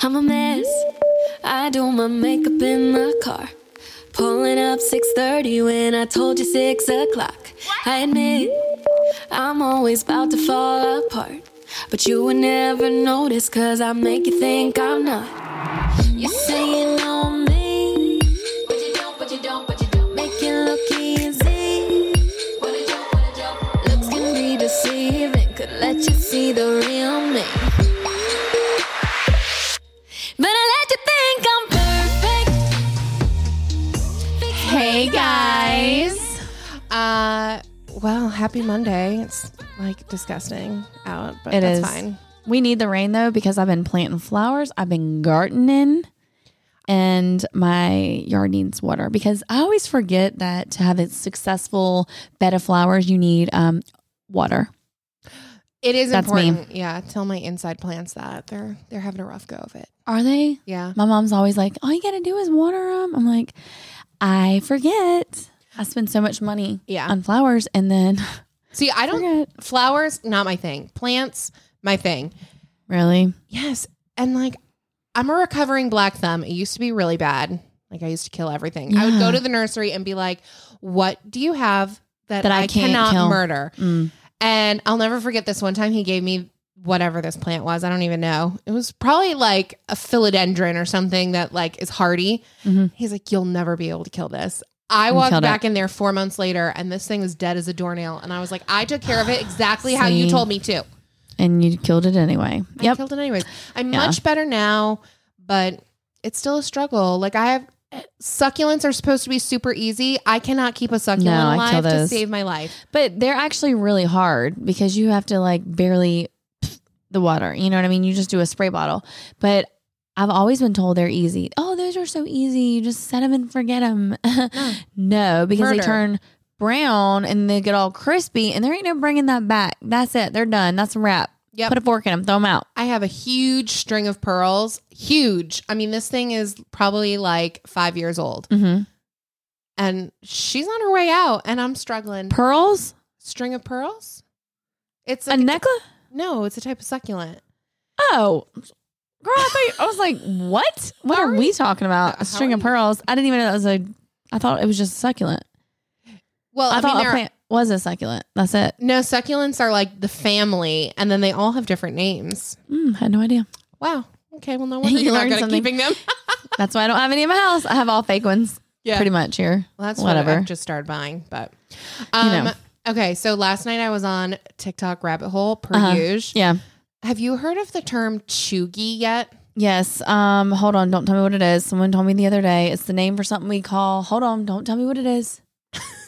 I'm a mess. I do my makeup in the car. Pulling up 6:30 when I told you six o'clock. I admit I'm always about to fall apart, but you would never notice 'cause I make you think I'm not. You say you know me, but you don't, but you don't, but you don't. Make it look easy. What a joke, what a joke. Looks can be deceiving, could let you see the real me. But I let you think I'm perfect. Hey guys. Uh well, happy Monday. It's like disgusting out, but It that's is. fine. We need the rain though because I've been planting flowers, I've been gardening, and my yard needs water because I always forget that to have a successful bed of flowers, you need um, water. It is That's me. important. Yeah, tell my inside plants that they're they're having a rough go of it. Are they? Yeah. My mom's always like, all you got to do is water them. I'm like, I forget. I spend so much money Yeah. on flowers and then See, I Um, don't forget. flowers not my thing. Plants my thing. Really? Yes. And like, I'm a recovering black thumb. It used to be really bad. Like, I used to kill everything. I would Yeah. go to the nursery and be like, what do you have that, That I, I can't cannot kill." murder? Mm. And I'll never forget this one time he gave me whatever this plant was. I don't even know. It was probably like a philodendron or something that like is hardy. Mhm. He's like, you'll never be able to kill this. I And walked killed it. back in there four months later and this thing was dead as a doornail. And I was like, I took care of it exactly how you See? told me to. And you killed it anyway. I yep. killed it anyways. I'm Yeah. much better now, but it's still a struggle. Like I have eh, succulents are supposed to be super easy. I cannot keep a succulent No, I kill alive to those. save my life. But they're actually really hard because you have to like barely the water. You know what I mean? You just do a spray bottle. But I've always been told they're easy. Oh, those are so easy. You just set them and forget them. no, because Murder. they turn brown and they get all crispy and there ain't no bringing that back. That's it. They're done. That's a wrap. Yep. Put a fork in them. Throw them out. I have a huge string of pearls. Huge. I mean, this thing is probably like five years old. Mm-hmm. And she's on her way out and I'm struggling. Pearls? string of pearls? It's A like necklace? no, it's a type of succulent. Oh. Girl, I, thought you, I was like, what? What How are are we you- talking about? How A string are of you- pearls. I didn't even know that was a, I thought it was just succulent. Well, I, I, thought mean, a there plant was a succulent. That's it. no succulents are like the family, and then they all have different names. Mm, had no idea. Wow. Okay. Well, no wonder You you are learned not good at something. keeping them. That's why I don't have any in my house. I have all fake ones. Yeah. pretty much here. Well, that's whatever. whatever. What I just started buying, but um, know. okay. So last night I was on TikTok rabbit hole per Uh-huh. usual. yeah. Have you heard of the term chuggy yet? Yes. Um. Hold on. Don't tell me what it is. Someone told me the other day. It's the name for something we call. Hold on. Don't tell me what it is.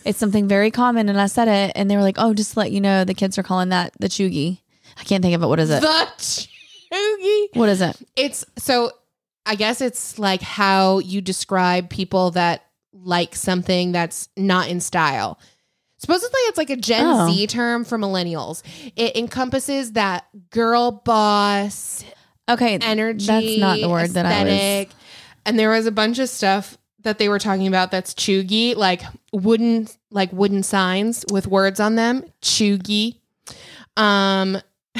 it's something very common, and I said it, and they were like, "Oh, just to let you know, the kids are calling that the chuggy." I can't think of it. What is it? The chuggy. what is it? It's so. I guess it's like how you describe people that like something that's not in style. Supposedly, it's like a Gen Oh. Z term for millennials. It encompasses that girl boss, Okay. energy. That's not the word that I was- aesthetic. And there was a bunch of stuff that they were talking about that's chuggy, like wooden, like wooden signs with words on them. Chuggy. Um,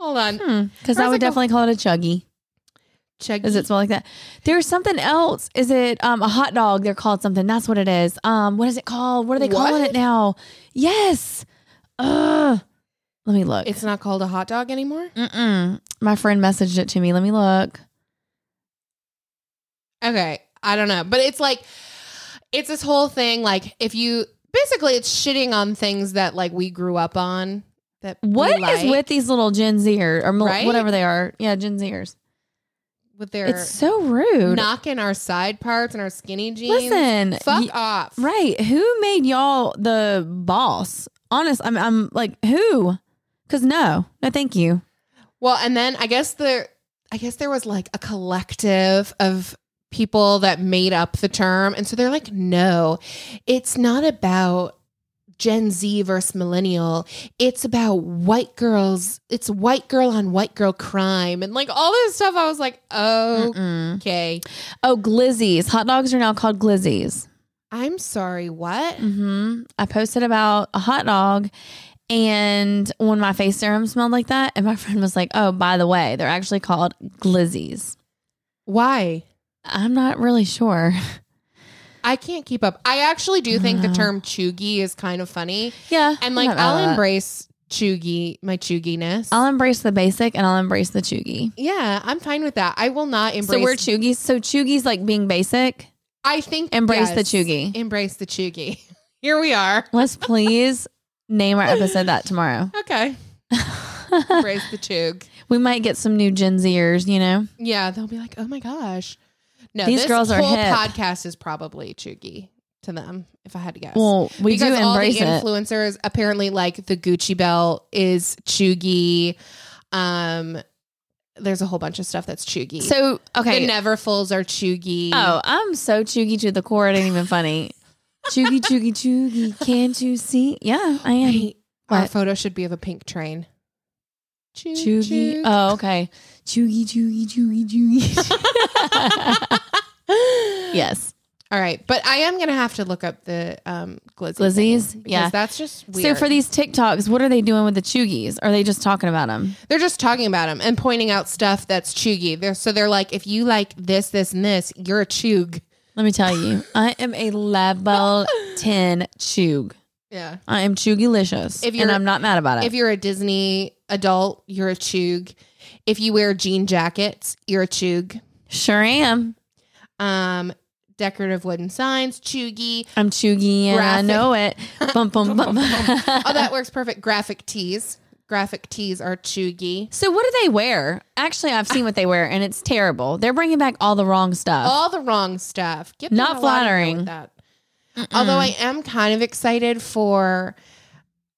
hold on. Because Hmm, Or I is would it go- definitely call it a chuggy. Chuggy. Does it smell like that? There's something else. Is it um, a hot dog? They're called something. That's what it is. Um, what is it called? What are they calling What? it now? Yes. Ugh. Let me look. It's not called a hot dog anymore. Mm-mm. My friend messaged it to me. Let me look. Okay, I don't know, but it's like it's this whole thing. Like if you basically, it's shitting on things that like we grew up on. That we What is like with these little Gen Zers or mil- Right? whatever they are? Yeah, Gen Zers. with their It's so rude. knocking our side parts and our skinny jeans? Listen, fuck y- off. right? Who made y'all the boss? Honest, I'm. I'm like who? Because no, no, thank you. Well, and then I guess the I guess there was like a collective of people that made up the term. And so they're like, no, it's not about Gen Z versus millennial. It's about white girls. It's white girl on white girl crime and like all this stuff. I was like, Mm-mm. okay. Oh, glizzies. Hot dogs are now called glizzies. Mm. I'm sorry, what? Mm-hmm. hmm I posted about a hot dog And when my face serum smelled like that, and my friend was like, "Oh, by the way, they're actually called glizzies." Why? I'm not really sure. I can't keep up. I actually do think the Wow. term chuggy is kind of funny. Yeah, And like I'm not mad at I'll Mm-hmm. that. embrace chuggy, my chuginess. I'll embrace the basic and I'll embrace the chuggy. yeah, I'm fine with that. I will not embrace So we're chuggies. So chuggies like being basic. I think Embrace the yes. chuggy. Embrace the chuggy. Here we are. Let's please name our episode that tomorrow. Okay. Embrace the chug. we might get some new Gen Zers, you know. Yeah, they'll be like, "Oh my gosh." No, These this girls are whole hip. podcast is probably chuggy to them if I had to guess. Well, we because do embrace all the it. influencers apparently like the Gucci belt is chuggy. Um there's a whole bunch of stuff that's chuggy. So okay. the Neverfulls are chuggy. oh, I'm so chuggy to the core. It ain't even funny. chuggy, chuggy, chuggy. Can't you see? Yeah, I am. Wait, our What? photo should be of a pink train. Chug, Chuggy. chug. Oh, okay. Chuggy, chuggy, chuggy, chuggy. yes. All right, but I am gonna have to look up the um glizzy Glizzies? thing, because Yeah. that's just weird. So for these TikToks, what are they doing with the chuggies? Are they just talking about them? They're just talking about them and pointing out stuff that's chuggy. They're, so they're like, if you like this, this, and this, you're a chug. Let me tell you, I am a level 10 chug. Yeah. I am chugilicious. If If you're- and I'm not mad about it. If you're a Disney adult, you're a chug. If you wear jean jackets, you're a chug. sure am. Um, decorative wooden signs, chuggy. I'm chuggy and I Graphic. know it. Bum, bum, bum. Oh, Uh, that works perfect. Graphic tees. Graphic tees are chuggy. so what do they wear? Actually, I've seen what they wear and it's terrible. They're bringing back all the wrong stuff. All the wrong stuff. Get Not them a lot of here flattering. with that. Although I am kind of excited for,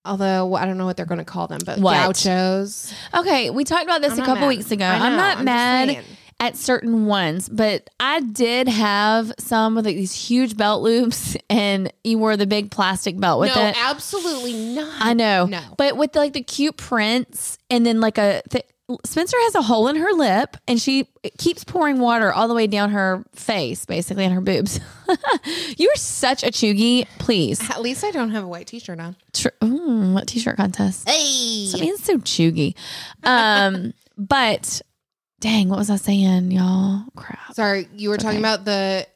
although I don't know what they're going to call them, but What? gauchos. Okay, we talked about this Oh. I'm a not couple mad. weeks ago. I know, I'm not I'm just mad saying. at certain ones, but I did have some with like these huge belt loops, and you wore the big plastic belt with no, it. absolutely not. I know, No. but with like the cute prints, and then like a th- Spencer has a hole in her lip, and she keeps pouring water all the way down her face, basically, and her boobs. You're such a chuggy, please. At least I don't have a white t-shirt on. Tr- Ooh, what t-shirt contest? Hey. I mean, it's so chuggy. Um, but dang, what was I saying, y'all? Crap. Sorry, you were okay. talking about the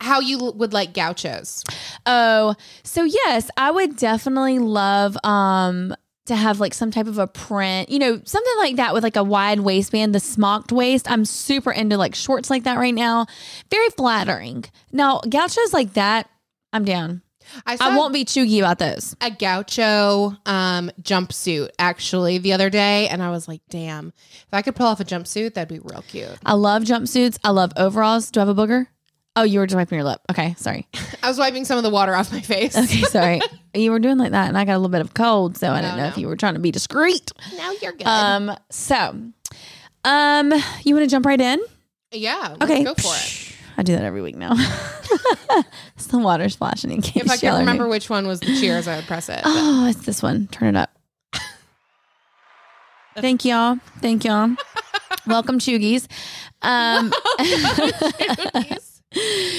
how you l- would like gauchos. Oh, so yes, I would definitely love um to have like some type of a print, you know, something like that with like a wide waistband, the smocked waist. I'm super into like shorts like that right now. Very flattering. Now, gauchos like that, I'm down. I saw I won't be chuggy about those. a gaucho um, jumpsuit actually the other day, and I was like, "Damn, if I could pull off a jumpsuit, that'd be real cute." I love jumpsuits. I love overalls. Do I have a booger? Oh, you were just wiping your lip. Okay, sorry. I was wiping some of the water off my face. Okay, sorry. you were doing like that, and I got a little bit of cold, so I didn't No, know no. if you were trying to be discreet. now you're good. Um, so, um, you want to jump right in? yeah. let's Okay, go for it. I do that every week now. it's the water splashing in case If I y'all could are new. remember which one was the cheers, I would press it. but- Oh, it's this one. Turn it up. Thank y'all. Thank y'all. Welcome, Chuggies. Um,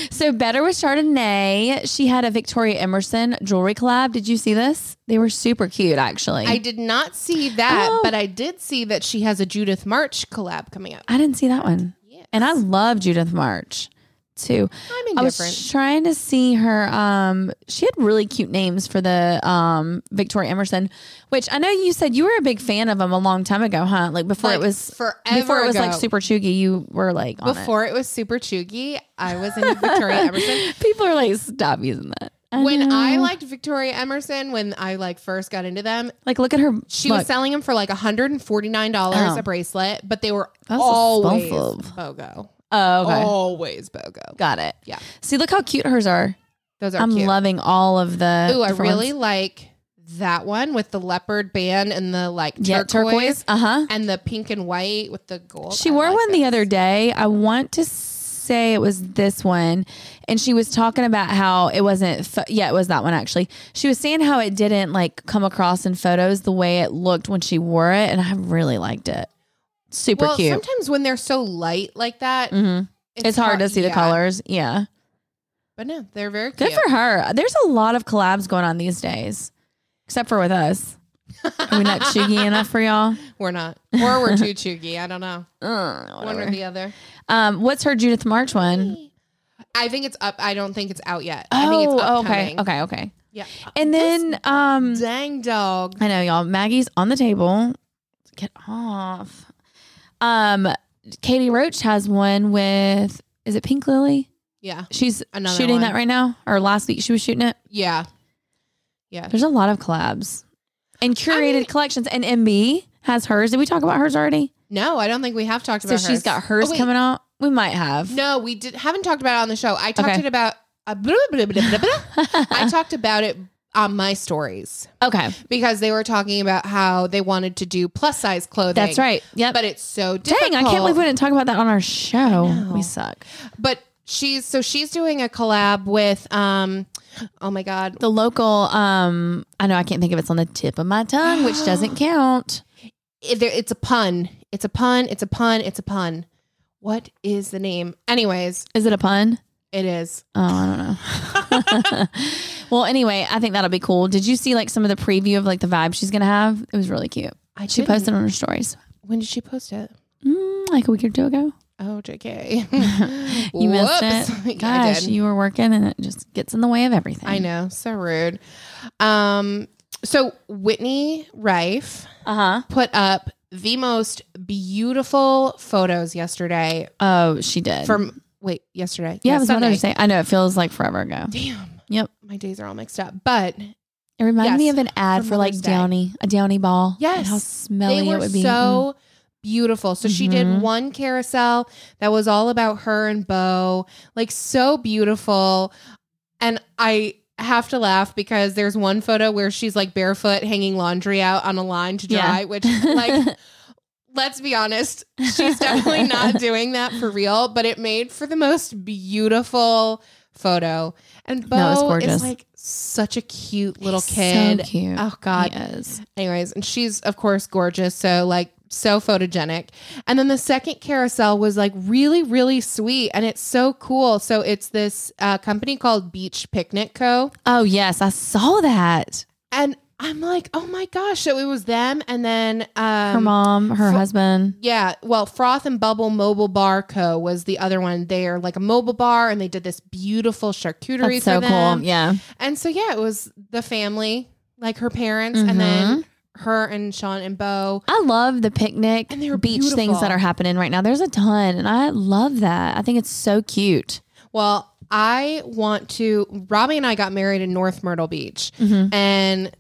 so, Better with Chardonnay. She had a Victoria Emerson jewelry collab. Did you see this? They were super cute, actually. I did not see that, Oh. but I did see that she has a Judith March collab coming up. I didn't see that one. Yes. And I love Judith March too. I'm I indifferent. was trying to see her. Um, she had really cute names for the um, Victoria Emerson, which I know you said you were a big fan of them a long time ago, huh? Like before Like, it was forever before it was like ago. super chuggy. You were like on it. Before it was super chuggy, I was into Victoria Emerson. People are like, stop using that. I When I know. liked Victoria Emerson, when I like first got into them, like look at her. she was look. selling them for like $149 Oh. a bracelet, but they were That's always expensive. BOGO. Oh, okay. Always BOGO. Got it. Yeah. See, look how cute hers are. Those are I'm cute. loving all of the. Ooh, I different really ones. like that one with the leopard band and the like turquoise, yeah turquoise. Uh huh. and the pink and white with the gold. She I wore like one those. the other day. I want to say it was this one. And she was talking about how it wasn't, pho- yeah, it was that one actually. She was saying how it didn't like come across in photos the way it looked when she wore it. And I really liked it. Super well, cute. sometimes when they're so light like that, hmm It's, hard to see the yeah. colors. Yeah. But no, they're very Good cute. for her. There's a lot of collabs going on these days, except for with us. Are we not chuggy enough for y'all? We're not. Or we're too chuggy. I don't know. Uh, One or whatever. the other. Um, what's her Judith March one? I think it's up. I don't think it's out yet. I think it's Oh, okay, upcoming. okay, okay. Yeah. And then, um, Dang dog. I know y'all. Maggie's on the table. Get off. Um, Katie Roach has one with. Is it Pink Lily? Yeah. She's Another shooting one. that right now, or last week she was shooting it. Yeah. Yeah. There's a lot of collabs and curated mean- collections. And MB has hers. Did we talk about hers already? No, I don't think we have talked So about she's got hers Oh, wait. coming out. We might have. No, we did haven't talked about it on the show. I talked Okay. it about uh, blah, blah, blah, blah, blah. I talked about it on my stories okay, because they were talking about how they wanted to do plus size clothing. that's right. Yep. But it's so difficult. Dang, I can't believe we didn't talk about that on our show. know. We suck. But she's so she's doing a collab with um oh my god. The local, um, I know I can't think of it's on the tip of my tongue, which doesn't count. It- there- It's a pun. It's a pun. It's a pun. It's a pun. What is the name? Anyways, Is it a pun? it is. Oh, I don't know. well, anyway, I think that'll be cool. Did you see like some of the preview of like the vibe she's gonna have? It was really cute. I She didn't- posted on her stories When did she post it? mm, like a week or two ago. Oh, JK. You missed Whoops. it. Yeah, I Gosh, did. you were working and it just gets in the way of everything. I know, so rude. Um, so Whitney Rife Uh huh. put up the most beautiful photos yesterday Oh, she did. from wait yesterday. yeah, it was Sunday. Mother's Day. I know it feels like forever ago. Damn. Yep. My days are all mixed up, but It reminded me Yes, of an ad from for like Mother's Day. Downy, a Downy ball. Yes, and how smelly they were it would be. Mm-hmm. so beautiful. So she did Mhm. one carousel that was all about her and Bo, like so beautiful. And I have to laugh because there's one photo where she's like barefoot hanging laundry out on a line to Yeah. dry, which like let's be honest, she's definitely not doing that for real, but it made for the most beautiful photo. And No, it's Bo is gorgeous. like such a cute little He's so kid. cute. Oh god, He is. Anyways, and she's of course gorgeous, so like so photogenic. And then the second carousel was like really, really sweet, and it's so cool. So it's this uh, company called Beach Picnic Co. Oh yes, I saw that. And I'm like, oh my gosh! So it was them, and then um, Her mom, her husband. Yeah, well, Froth and Bubble Mobile Bar Co. was the other one. They are like a mobile bar, and they did this beautiful charcuterie That's for so them. cool. Yeah. And so yeah, it was the family, like her parents, Mhm. and then her and Sean and Bo. I love the picnic And they were beach things that beautiful. are happening right now. There's a ton, and I love that. I think it's so cute. Well, I want to. Robbie and I got married in North Myrtle Beach. Mhm. And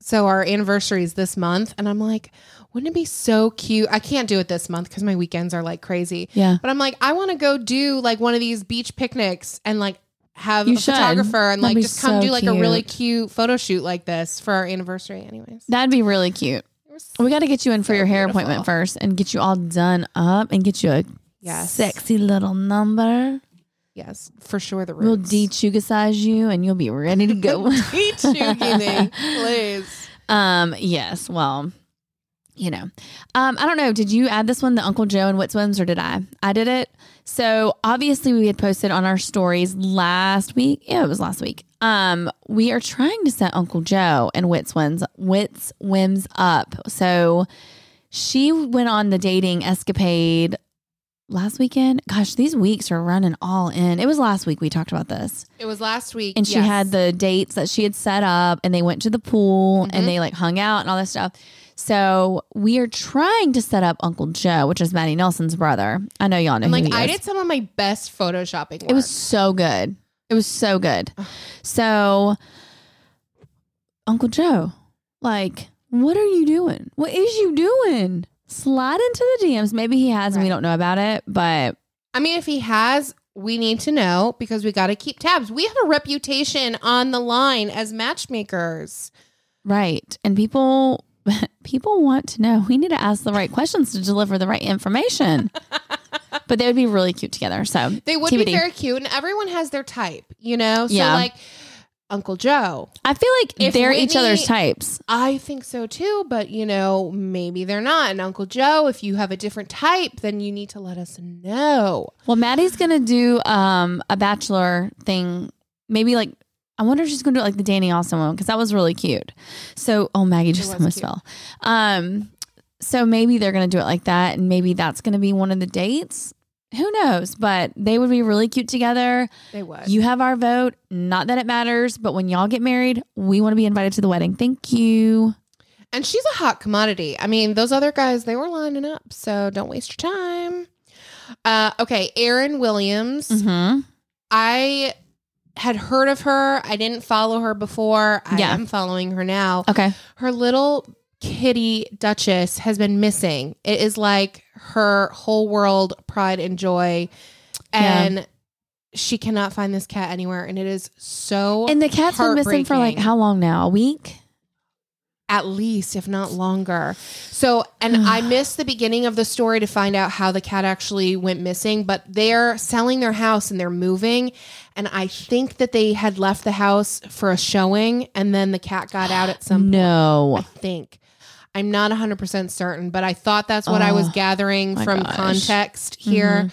so our anniversary is this month. And I'm like, wouldn't it be so cute? I can't do it this month because my weekends are like crazy. Yeah. But I'm like, I want to go do like one of these beach picnics and like have You a should. photographer and That'd like be just come so do like a really cute. cute photo shoot like this for our anniversary, anyways. That'd be really cute. We got to get you in for your hair beautiful. appointment first and get you all done up and get you a Yes. sexy little number. Yes, for sure. The We'll roots. de you and you'll be ready to go. Teach you, Gini, please. um, yes. Well, you know, um, I don't know. Did you add this one, the Uncle Joe and What Swims, or did I? I did it. So obviously, we had posted on our stories last week. Yeah, it was last week. Um, we are trying to set Uncle Joe and Wits Swims, Wits Wims up. So she went on the dating escapade last weekend. Gosh, these weeks are running all in. It was last week we talked about this It was last week. and she yes. had the dates that she had set up and they went to the pool Mhm. and they like hung out and all that stuff so we are trying to set up uncle joe which is maddie nelson's brother i know y'all know And who like he I is. did some of my best photoshopping. Work. it was so good it was so good so uncle joe like what are you doing what is you doing slide into the dms maybe he has and we Right. don't know about it but I mean, if he has, we need to know because we got to keep tabs. We have a reputation on the line as matchmakers. right and people people want to know we need to ask the right questions to deliver the right information but they would be really cute together so They would be TBD. very cute, and everyone has their type, you know. So Yeah. like Uncle Joe, i feel like If they're each Whitney- other's types I think so too, but you know maybe they're not. And Uncle Joe, if you have a different type, then you need to let us know. well maddie's gonna do um a bachelor thing maybe like I wonder if she's going to do it like the Danny Austin one because that was really cute. So, oh, Maggie just was almost cute. fell. Um, so maybe they're going to do it like that, and maybe that's going to be one of the dates. Who knows? But they would be really cute together. They would. You have our vote. Not that it matters, but when y'all get married, we want to be invited to the wedding. Thank you. And she's a hot commodity. I mean, those other guys, they were lining up, so don't waste your time. Uh, okay, Erin Williams. Mm-hmm. I had heard of her. I didn't follow her before. I Yeah. am following her now. Okay. Her little kitty Duchess has been missing. It is like her whole world, pride and joy. Yeah. And she cannot find this cat anywhere. And it is so And the cat's been missing for like Heartbreaking. how long now? A week? at least, if not longer. So, and I missed the beginning of the story to find out how the cat actually went missing, but they're selling their house and they're moving. And I think that they had left the house for a showing and then the cat got out at some No. I think. I'm not 100% certain, but I thought that's what I was Oh, gathering my from gosh. context here. Mhm.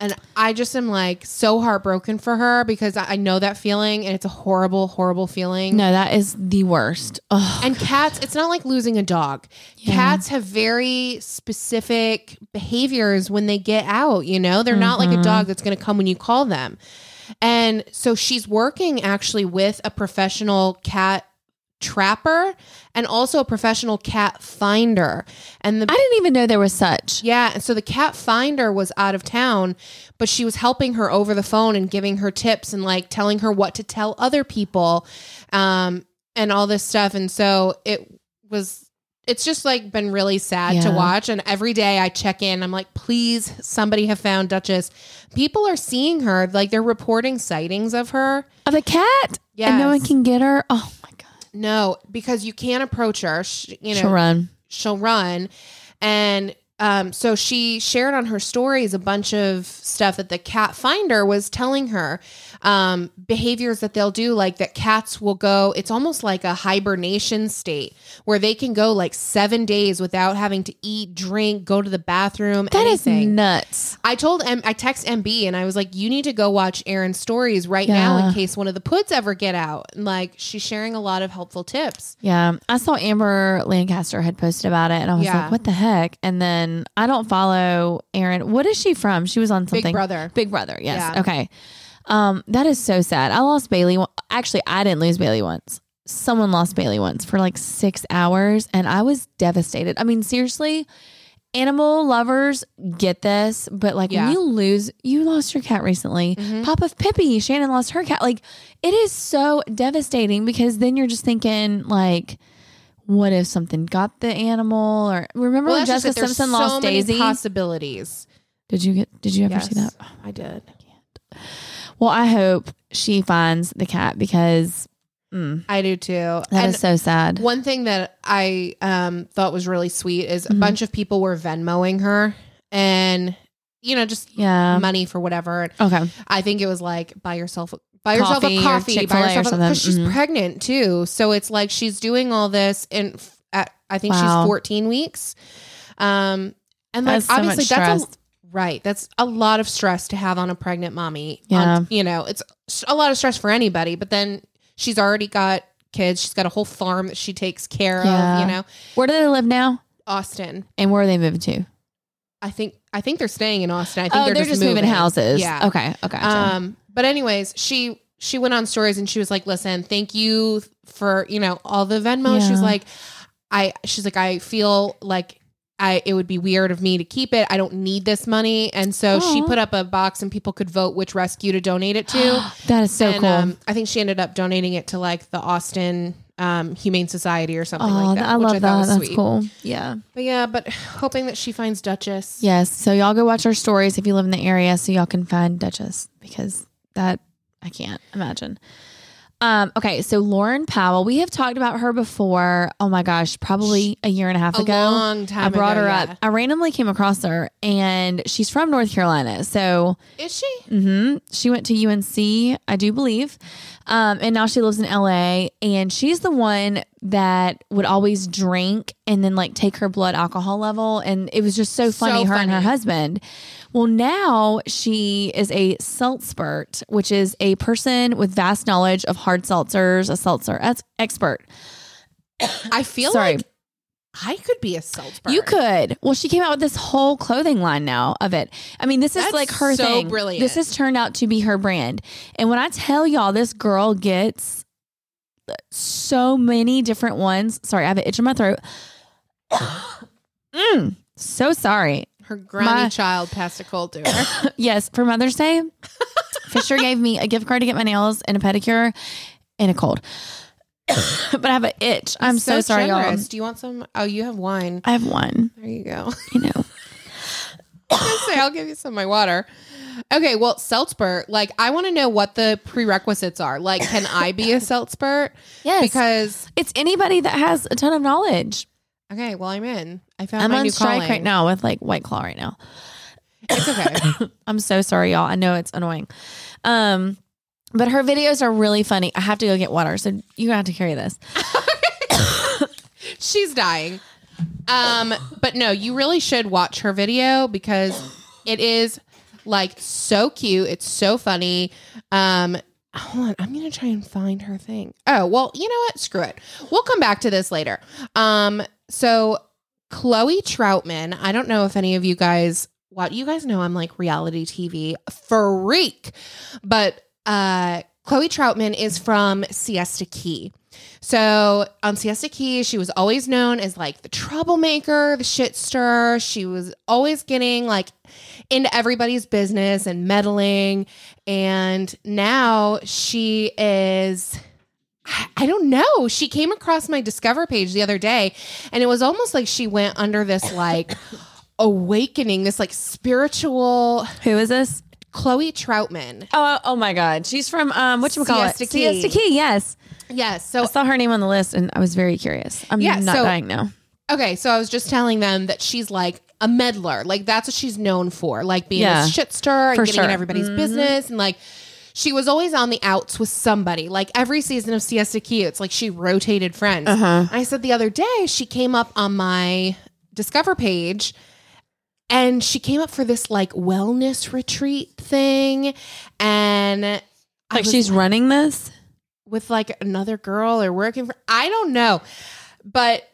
And I just am like so heartbroken for her because I I know that feeling and it's a horrible, horrible feeling. No, that is the worst. Ugh. And cats, it's not like losing a dog. Yeah. Cats have very specific behaviors when they get out, you know? They're not like a Mhm. dog that's going to come when you call them. And so she's working actually with a professional cat trapper and also a professional cat finder. And the I didn't even know there was such. yeah, and so the cat finder was out of town, but she was helping her over the phone and giving her tips and like telling her what to tell other people, um, and all this stuff. And so it was, it's just like been really sad to Yeah. watch. And every day I check in, I'm like, please, somebody have found Duchess. People are seeing her, like they're reporting sightings of her. Of a cat? Yeah, And no one can get her? Oh my God. No, because you can't approach her. Sh you know, She'll run. she'll run and um, so she shared on her stories a bunch of stuff that the cat finder was telling her um, behaviors that they'll do like that cats will go it's almost like a hibernation state where they can go like seven days without having to eat drink go to the bathroom That is anything. nuts. I told M I text MB and I was like, you need to go watch Aaron's stories right now in Yeah. case one of the puts ever get out. And like she's sharing a lot of helpful tips. Yeah. I saw Amber Lancaster had posted about it and I was Yeah. like, what the heck? And then I don't follow Erin. What is she from? She was on something. Big brother. Big Brother, yes. Yeah. Okay. Um, that is so sad. I lost Bailey. on- Actually, I didn't lose Bailey once. Someone lost Bailey once for like six hours, and I was devastated. I mean, seriously, animal lovers get this, but like Yeah. when you lose, you lost your cat recently. Mhm. Papa Pippi, Shannon lost her cat. Like, it is so devastating because then you're just thinking, like, what if something got the animal? Or remember when that's just Jessica it. There's Simpson so lost many Daisy? Possibilities. did you get? Did you ever see that? I did. Well, I hope she finds the cat because mm, I do too. that is and so sad. one thing that I um, thought was really sweet is a Mhm. bunch of people were Venmoing her and, you know, just yeah. money for whatever. okay. I think it was like buy yourself buy yourself Coffee a or coffee, buy Chick-fil-A or yourself something. because she's Mhm. pregnant too. So it's like she's doing all this, and f- at, I think Wow. she's 14 weeks. Um, and like That's so much obviously that's a, stress. right. That's a lot of stress to have on a pregnant mommy. On- Yeah. you know, it's a lot of stress for anybody. But then she's already got kids. She's got a whole farm that she takes care Yeah. of. You know, Where do they live now? Austin. And where are they moving to? I think I think they're staying in Austin. I think oh, they're, just, moving, houses. Yeah. Okay. Okay. gotcha. Um, but anyways, she she went on stories and she was like, "Listen, thank you for you know all the Venmo." She's Yeah. like, "I," she's like, "I feel like I it would be weird of me to keep it. I don't need this money." And so she Aw. put up a box and people could vote which rescue to donate it to. that is so Um, and um, cool. I think she ended up donating it to like the Austin um, Humane Society or something oh, like that. I which love I thought that. was That's sweet. cool. Yeah. But yeah, but hoping that she finds Duchess. Yes. So y'all go watch our stories if you live in the area so y'all can find Duchess because that I can't imagine. Um, okay, so Lauren Powell, we have talked about her before. Oh my gosh, probably a year and a half A ago. long time I brought her ago, yeah. up. I randomly came across her, and she's from North Carolina. So Is she? mhm, she went to UNC, I do believe. Um, and now she lives in LA. And she's the one that would always drink and then like take her blood alcohol level. And it was just so funny, her and her funny. husband Well, now she is a saltspert, which is a person with vast knowledge of hard seltzers, a seltzer ex- expert. I feel Sorry. like I could be a Salzburg. You could. Well, she came out with this whole clothing line now of it. I mean, this is That's like her so thing. brilliant. This has turned out to be her brand. And when I tell y'all, this girl gets so many different ones. Sorry, I have an itch in my throat. Mm, so sorry. Her granny My- child passed a cold to her. Yes, for Mother's Day, Fisher gave me a gift card to get my nails and a pedicure and a cold. but I have an itch. I'm so, sorry, generous. y'all. Do you want some? Oh, you have wine. I have one. There you go. You know, I say I'll give you some of my water. Okay, well, Seltzbert, like I want to know what the prerequisites are. Like, can I be a Seltzbert? Yes. Because it's anybody that has a ton of knowledge. okay, well, I'm in. I found I'm my on new strike calling. right now with like White Claw right now. It's okay. I'm so sorry, y'all. I know it's annoying. Um, but her videos are really funny. I have to go get water, so you have to carry this. She's dying. Um, but no, you really should watch her video because it is like so cute. It's so funny. Um, hold on, I'm gonna try and find her thing. Oh well, you know what? Screw it. We'll come back to this later. Um, so Chloe Troutman. I don't know if any of you guys. Well, you guys know I'm like reality TV freak, but uh, Chloe Troutman is from Siesta Key. So on Siesta Key, she was always known as like the troublemaker, the shit stirrer. She was always getting like into everybody's business and meddling. And now she is. I- I don't know. She came across my Discover page the other day, and it was almost like she went under this like awakening, this like spiritual Who is this? Chloe Troutman. Oh, oh my God, she's from um, what you call it? Siesta Key. Siesta Key. Yes, Yes. So I saw her name on the list, and I was very curious. I'm Yeah, not so- dying now. Okay, so I was just telling them that she's like a meddler. Like that's what she's known for, like being Yeah. a shit stir and For getting in sure. everybody's business and like she was always on the outs with somebody. Like every season of Siesta Key, it's like she rotated friends. Uh-huh. I said the other day she came up on my Discover page and she came up for this like wellness retreat thing and I Like was she's running this. with like another girl or working for I don't know. But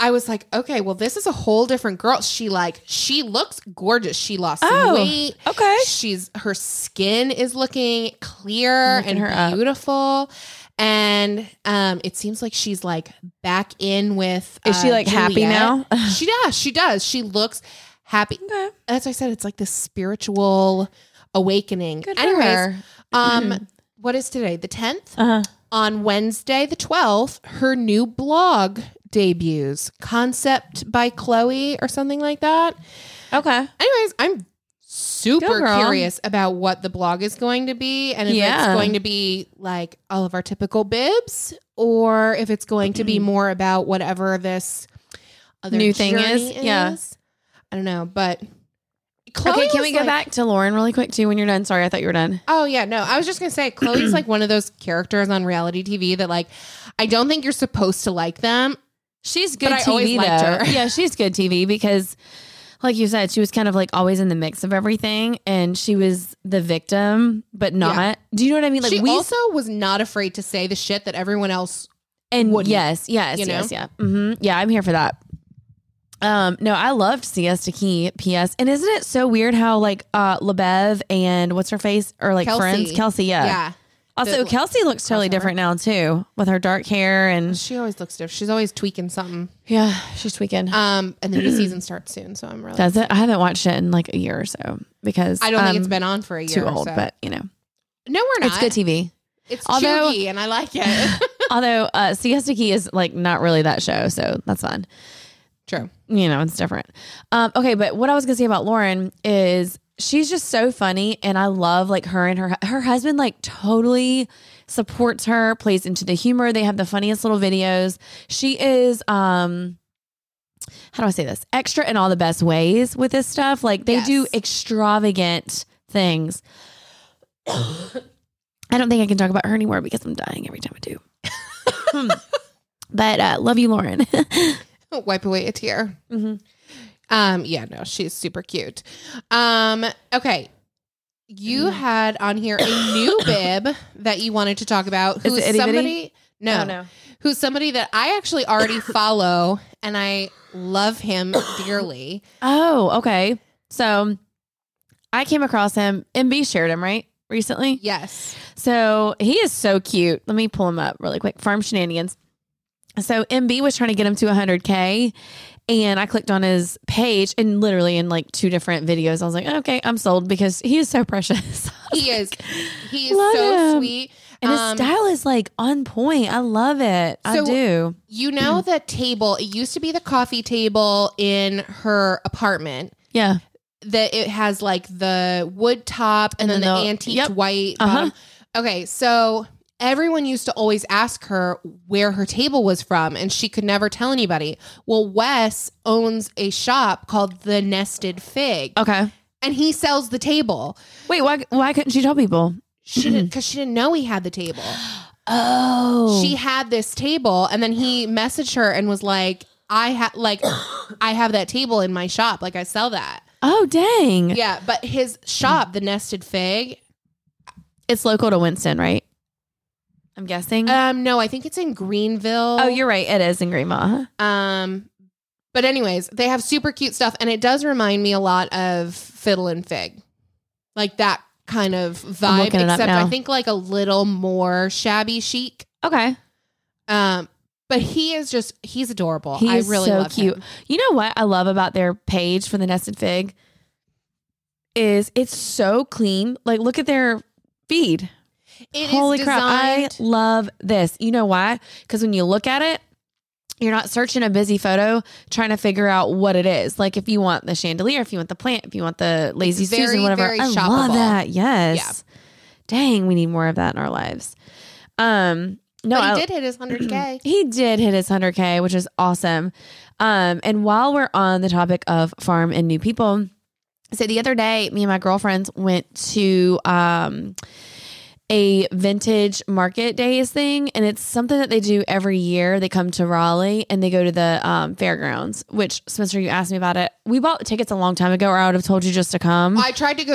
I was like, okay, well, this is a whole different girl. She like she looks gorgeous. She lost some Oh, weight. okay. She's her skin is looking clear Looking and her up. beautiful. And um it seems like she's like back in with uh, Is she, like, happy now? she yeah, she does. She looks happy. Okay. As I said, it's like this spiritual awakening. Good for Anyways, her. Mm-hmm. um what is today? The 10th? Uh-huh. On Wednesday, the 12th, her new blog debuts Concept by Chloe or something like that. Okay. Anyways, I'm super Good girl. curious about what the blog is going to be and if Yeah. it's going to be like all of our typical bibs or if it's going to be more about whatever this other Mm-hmm. New thing journey is, yeah. I don't know, but. Chloe Okay. Can we go was like- back to Lauren really quick too? When you're done. Sorry, I thought you were done. Oh yeah, no. I was just gonna say Chloe's like one of those characters on reality TV that like I don't think you're supposed to like them. She's good I TV always though. liked her. yeah, she's good TV because like you said, she was kind of like always in the mix of everything and she was the victim, but not. Do you know what I mean? Like she we also was not afraid to say the shit that everyone else. and wouldn't, yes, yes, you know? yes, yeah. hmm Yeah, I'm here for that. Um, no, I loved Siesta Key PS. And isn't it so weird how like uh LeBev and what's her face are like Kelsey. friends? Kelsey, yeah. Yeah, Also, The- Kelsey looks totally crossover. different now too, with her dark hair and she always looks different. She's always tweaking something. yeah, she's tweaking. Um, and the new season starts soon, so I'm really. Does it? I haven't watched it in like a year or so because I don't think um, it's been on for a year. too or old, so. but you know, no, we're not. it's good TV. It's Although- chuggy, and I like it. Although uh, Siesta Key is like not really that show, so that's fun. True. You know, it's different. Um, okay, but what I was gonna say about Lauren is she's just so funny, and I love like her and her her husband like totally supports her, plays into the humor. They have the funniest little videos. She is. um how do I say this? Extra in all the best ways with this stuff. Like they do Yes. extravagant things. I don't think I can talk about her anymore because I'm dying every time I do. but uh, love you, Lauren. Mm-hmm. Wipe away a tear. Um, yeah, no, she's super cute. Um, okay. You had on here a new bib that you wanted to talk about. Is it itty bitty? somebody? No, no, who's somebody that I actually already follow, and I love him dearly. Oh, okay. So I came across him. MB shared him, right? Recently. Yes, So he is so cute. Let me pull him up really quick. Farm shenanigans. So MB was trying to get him to 100K. And I clicked on his page and literally in like two different videos, I was like, okay, I'm sold because he is so precious. he is. He is Oh Love so him. sweet. and his Um, style is like on point. I love it. I So- do. You know the table. It used to be the coffee table in her apartment. Yeah. that it has like the wood top And and, then then the the- antique yep. white Uh-huh. bottom. Okay, so everyone used to always ask her where her table was from, and she could never tell anybody. Well, Wes owns a shop called The Nested Fig, Okay. and he sells the table. Wait, why why couldn't she tell people? She didn't because she didn't know he had the table. Uh, Oh. She had this table, and then he messaged her and was like, "I have like, I have that table in my shop. Like, I sell that." Oh dang. Yeah, but his shop, The Nested Fig, It's local to Winston, right? I'm guessing. Um, no, I think it's in Greenville. oh, you're right. It is in Greenville. huh? um, but anyways, they have super cute stuff, and it does remind me a lot of Fiddle and Fig, like that kind of vibe. looking it up Except now. I think like a little more shabby chic. Okay. Um, but he is just he's adorable. He is I really so love cute. him. You know what I love about their page for the nested fig is it's so clean. Like look at their feed. It is Holy crap. I designed- love this. You know why? Because when you look at it, you're not searching a busy photo trying to figure out what it is. Like if you want the chandelier, if you want the plant, if you want the lazy It's very, Susan, whatever. very I love shoppable. that. Yes. Dang, we need more of that in our lives. Um no, but he I, did hit his hundred k. he did hit his 100K, which is awesome. Um, and while we're on the topic of farm and new people, so the other day, me and my girlfriends went to um, a vintage market days thing, and it's something that they do every year. They come to Raleigh and they go to the um, fairgrounds, which Spencer, you asked me about it. We bought tickets a long time ago, or I would have told you just to come. I tried to go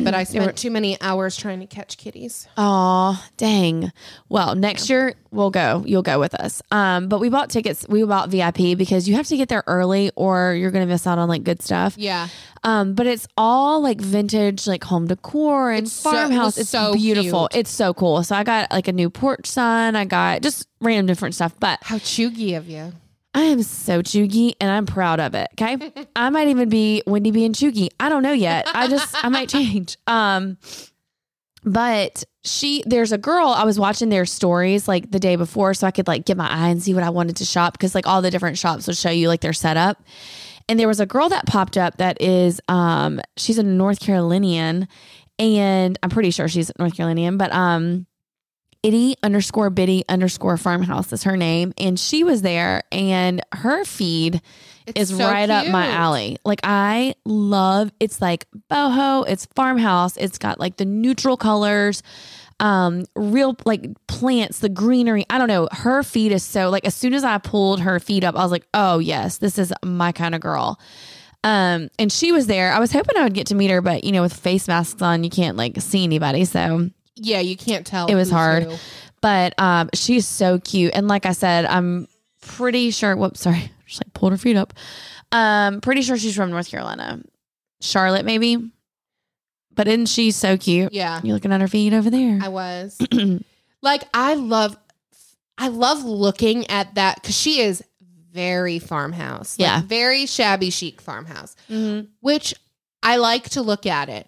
but I spent too many hours trying to catch kitties. Oh, dang. Well, next year we'll go. You'll go with us. Um, but we bought tickets. We bought VIP because you have to get there early or you're going to miss out on like good stuff. Yeah, Um, but it's all like vintage, like home decor and It's so- it was farmhouse. it's so beautiful. cute. It's so cool. So I got like a new porch sign. I got just random different stuff. But how chuggy of you! I am so chuggy and I'm proud of it. Okay. I might even be Wendy being chuggy. I don't know yet. I just, I might change. Um, but she, there's a girl, I was watching their stories like the day before so I could like get my eye and see what I wanted to shop because like all the different shops would show you like their setup. And there was a girl that popped up that is, um, she's a North Carolinian and I'm pretty sure she's North Carolinian, but, um, itty underscore bitty underscore farmhouse is her name and she was there and her feed It's is so right up my cute. alley like i love it's like boho it's farmhouse it's got like the neutral colors um real like plants the greenery i don't know her feed is so like as soon as i pulled her feed up i was like oh yes this is my kind of girl um and she was there i was hoping i would get to meet her but you know with face masks on you can't like see anybody so Yeah, you can't tell. It was who's hard. who. but um, she's so cute. And like I said, I'm pretty sure. Whoops, sorry. She like pulled her feet up. Um, pretty sure she's from North Carolina, Charlotte maybe. But isn't she so cute? Yeah, You're looking at her feet over there. I was. like I love I love looking at that cuz she is very farmhouse. like, Yeah. very shabby chic farmhouse, Mhm. which I like to look at it.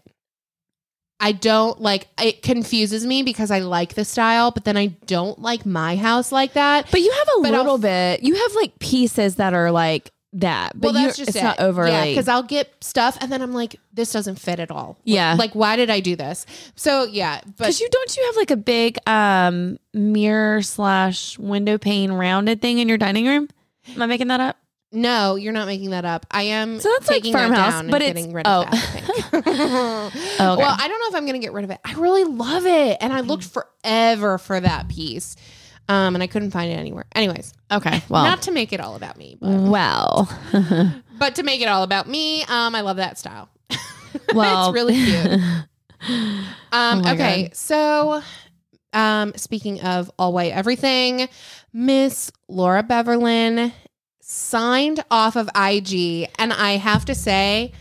I don't like it confuses me because I like the style, but then I don't like my house like that. But you have a But I'll- little bit. You have like pieces that are like that, but well, you- that's just it's it. not overly. Yeah, because I'll get stuff and then I'm like, this doesn't fit at all. Yeah. Like, why did I do this? So yeah, but Because you don't you have like a big um mirror slash window pane rounded thing in your dining room? Am I making that up? No, you're not making that up. I am So that's like taking that farmhouse, down but and it's- getting rid of oh. that. I think. Oh, okay. Well, I don't know if I'm going to get rid of it. I really love it, and I looked forever for that piece, um, and I couldn't find it anywhere. Anyways, Okay. Well, not to make it all about me, but well. But to make it all about me, um, I love that style. Well, really cute. Um, Oh my okay, so um, speaking of all white everything, Miss Laura Beverlin signed off of IG, and I have to say,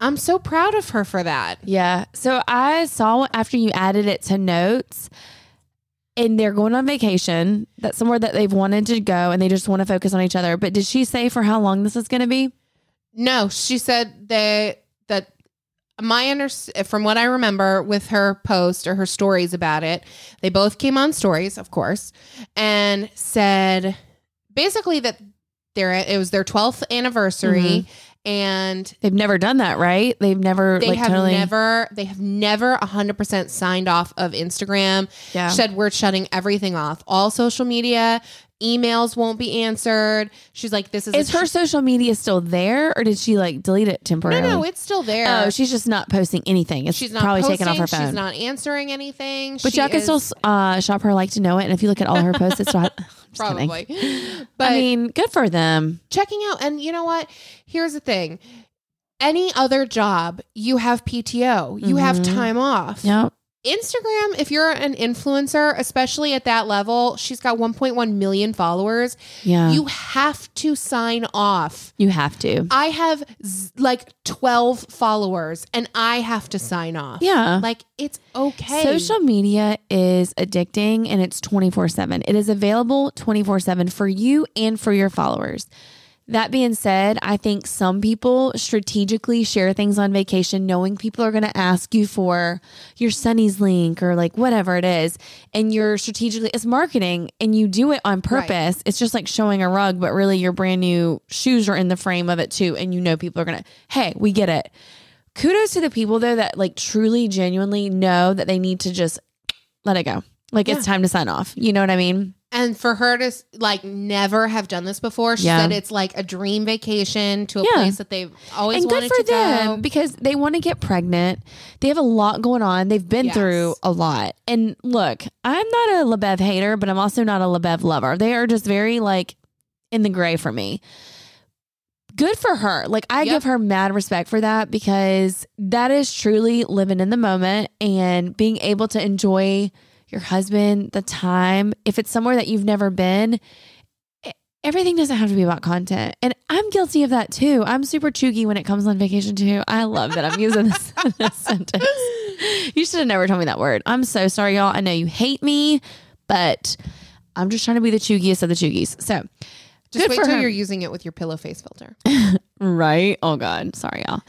I'm so proud of her for that. Yeah. So I saw after you added it to notes, and they're going on vacation. That's somewhere that they've wanted to go, and they just want to focus on each other. But did she say for how long this is going to be? No, she said that that my under from what I remember with her post or her stories about it, they both came on stories, of course, and said basically that their it was their 12th anniversary Mm-hmm. and They've never done that, right? They've never they like have totally. never they have never 100% signed off of Instagram. yeah. Said we're shutting everything off. All social media, emails won't be answered. She's like this is a Is her social media still there, or did she like delete it No, temporarily? no, it's still there. Oh, she's just not posting anything. It's She's not probably posting, taken off her phone. She's not answering anything. but she y'all can is- still uh, shop her like to know it. And if you look at all her posts, it's not. I'm just kidding. probably. But I mean, good for them. checking out, and you know what? Here's the thing: any other job, you have PTO, you have Mhm. time off. Yep. Instagram, if you're an influencer, especially at that level, she's got 1.1 million followers. Yeah. You have to sign off. You have to. I have z- like 12 followers, and I have to sign off. Yeah. like it's okay. Social media is addicting and it's 24 7. It is available 24 7 for you and for your followers. That being said, I think some people strategically share things on vacation knowing people are going to ask you for your Sunny's link or like whatever it is. And you're strategically, it's marketing and you do it on Right. purpose. It's just like showing a rug, but really your brand new shoes are in the frame of it too. And you know people are going to, hey, we get it kudos to the people though that like truly genuinely know that they need to just let it go like Yeah. it's time to sign off you know what i mean And for her to like never have done this before, she Yeah. said it's like a dream vacation to a Yeah. place that they've always and wanted good for to them go. because they want to get pregnant they have a lot going on they've been Yes. through a lot and look i'm not a labev hater but i'm also not a labev lover they are just very like in the gray for me good for her like i Yep. give her mad respect for that because that is truly living in the moment and being able to enjoy your husband, the time, if it's somewhere that you've never been, e- everything doesn't have to be about content. And I'm guilty of that too. I'm super choogy when it comes on vacation too. I love that I'm using this, this sentence. You should have never told me that word. I'm so sorry, y'all. I know you hate me, but I'm just trying to be the choogiest of the choogies. So Just good wait for till her. you're using it with your pillow face filter. Right. Oh God. Sorry, y'all.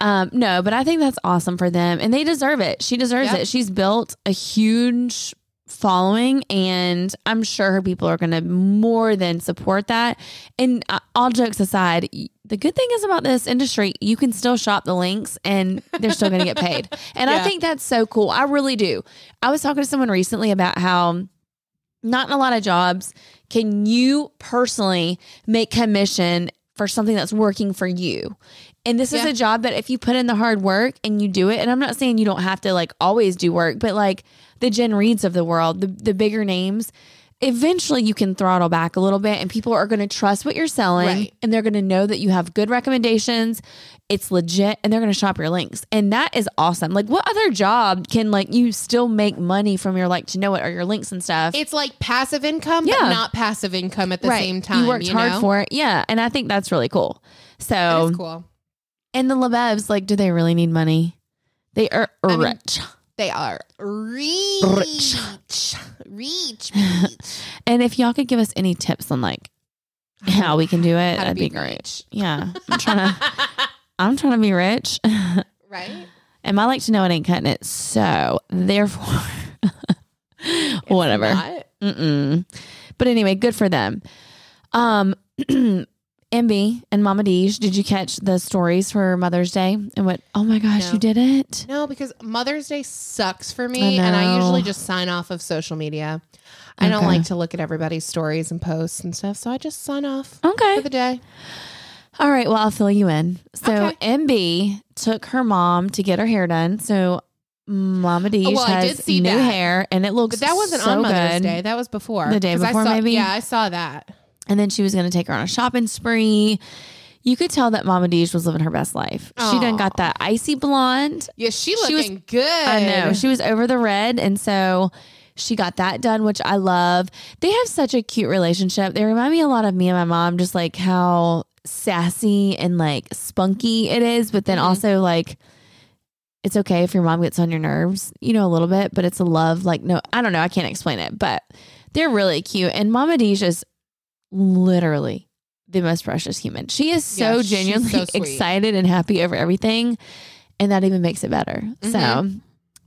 Um, no, but I think that's awesome for them and they deserve it. She deserves Yep. it. She's built a huge following and I'm sure her people are going to more than support that. And uh, all jokes aside, y- the good thing is about this industry, you can still shop the links and they're still going to get paid. And I Yeah. think that's so cool. I really do. I was talking to someone recently about how not in a lot of jobs can you personally make commission for something that's working for you. And this is Yeah. a job that if you put in the hard work and you do it, and I'm not saying you don't have to like always do work, but like the Jen Reeds of the world, the, the bigger names, eventually you can throttle back a little bit and people are going to trust what you're selling Right. and they're going to know that you have good recommendations. It's legit and they're going to shop your links. And that is awesome. Like what other job can like you still make money from your like to know it or your links and stuff? It's like passive income, but Yeah. not passive income at the same time. You worked hard know? for it. Yeah. And I think that's really cool. That So, is cool. and the Lebevs, like, do they really need money? They are mean- rich. They are reach, reach, reach. and if y'all could give us any tips on like how we can do it, How to that'd be, be great. rich. Yeah. I'm trying to, I'm trying to be rich. right? and my like to know it ain't cutting it. So, therefore, whatever. Not. Mm-mm. But anyway, good for them. Um, MB and Mama Deej, did you catch the stories for Mother's Day? And what? Oh my gosh, No. you did it! No, because Mother's Day sucks for I me, and I know. usually just sign off of social media. I don't Okay. like to look at everybody's stories and posts and stuff, so I just sign off for Okay. the day. All right. Well, I'll fill you in. So Okay. MB took her mom to get her hair done. So Mama Deej Oh, well, I has did see new that. hair, and it looks But that wasn't so on Mother's good. Day. That was before The day 'Cause I before, saw- maybe? Yeah, I saw that. And then she was going to take her on a shopping spree. You could tell that Mama Deej was living her best life. She done Aw. got that icy blonde. Yeah, she She looking was- good. I know. She was over the red. And so she got that done, which I love. They have such a cute relationship. They remind me a lot of me and my mom, just like how sassy and like spunky it is, but then Mhm. also like it's okay if your mom gets on your nerves, you know, a little bit, but it's a love. Like, no, I don't know. I can't explain it, but they're really cute. And Mama Deej is literally the most precious human. She is so Yeah, she's genuinely so sweet. excited and happy over everything, and that even makes it better. So Mhm.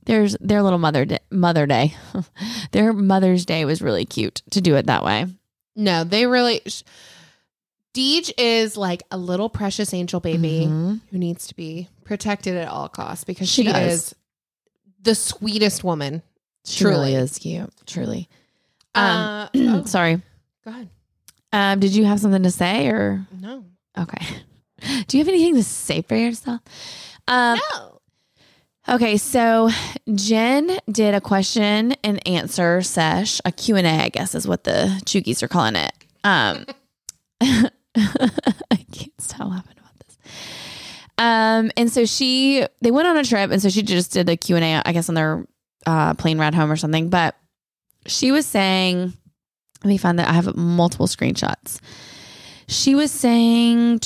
there's their little mother day, mother day. their Mother's Day was really cute to do it that way. no, they really. Sh- Deej is like a little precious angel baby Mhm. who needs to be protected at all costs because She she, does. is the sweetest woman. She really Truly. is cute. Truly. Uh, Um, oh, Sorry. Go ahead. Um, did you have something to say or No. okay? Do you have anything to say for yourself? Um, no. Okay, so Jen did a question and answer sesh, a Q&A, I guess is what the Chookies are calling it. Um, I can't stop laughing about this. Um, and so she, they went on a trip, and so she just did a Q&A, I guess, on their uh, plane ride home or something. But she was saying, let me find that I have multiple screenshots. She was saying,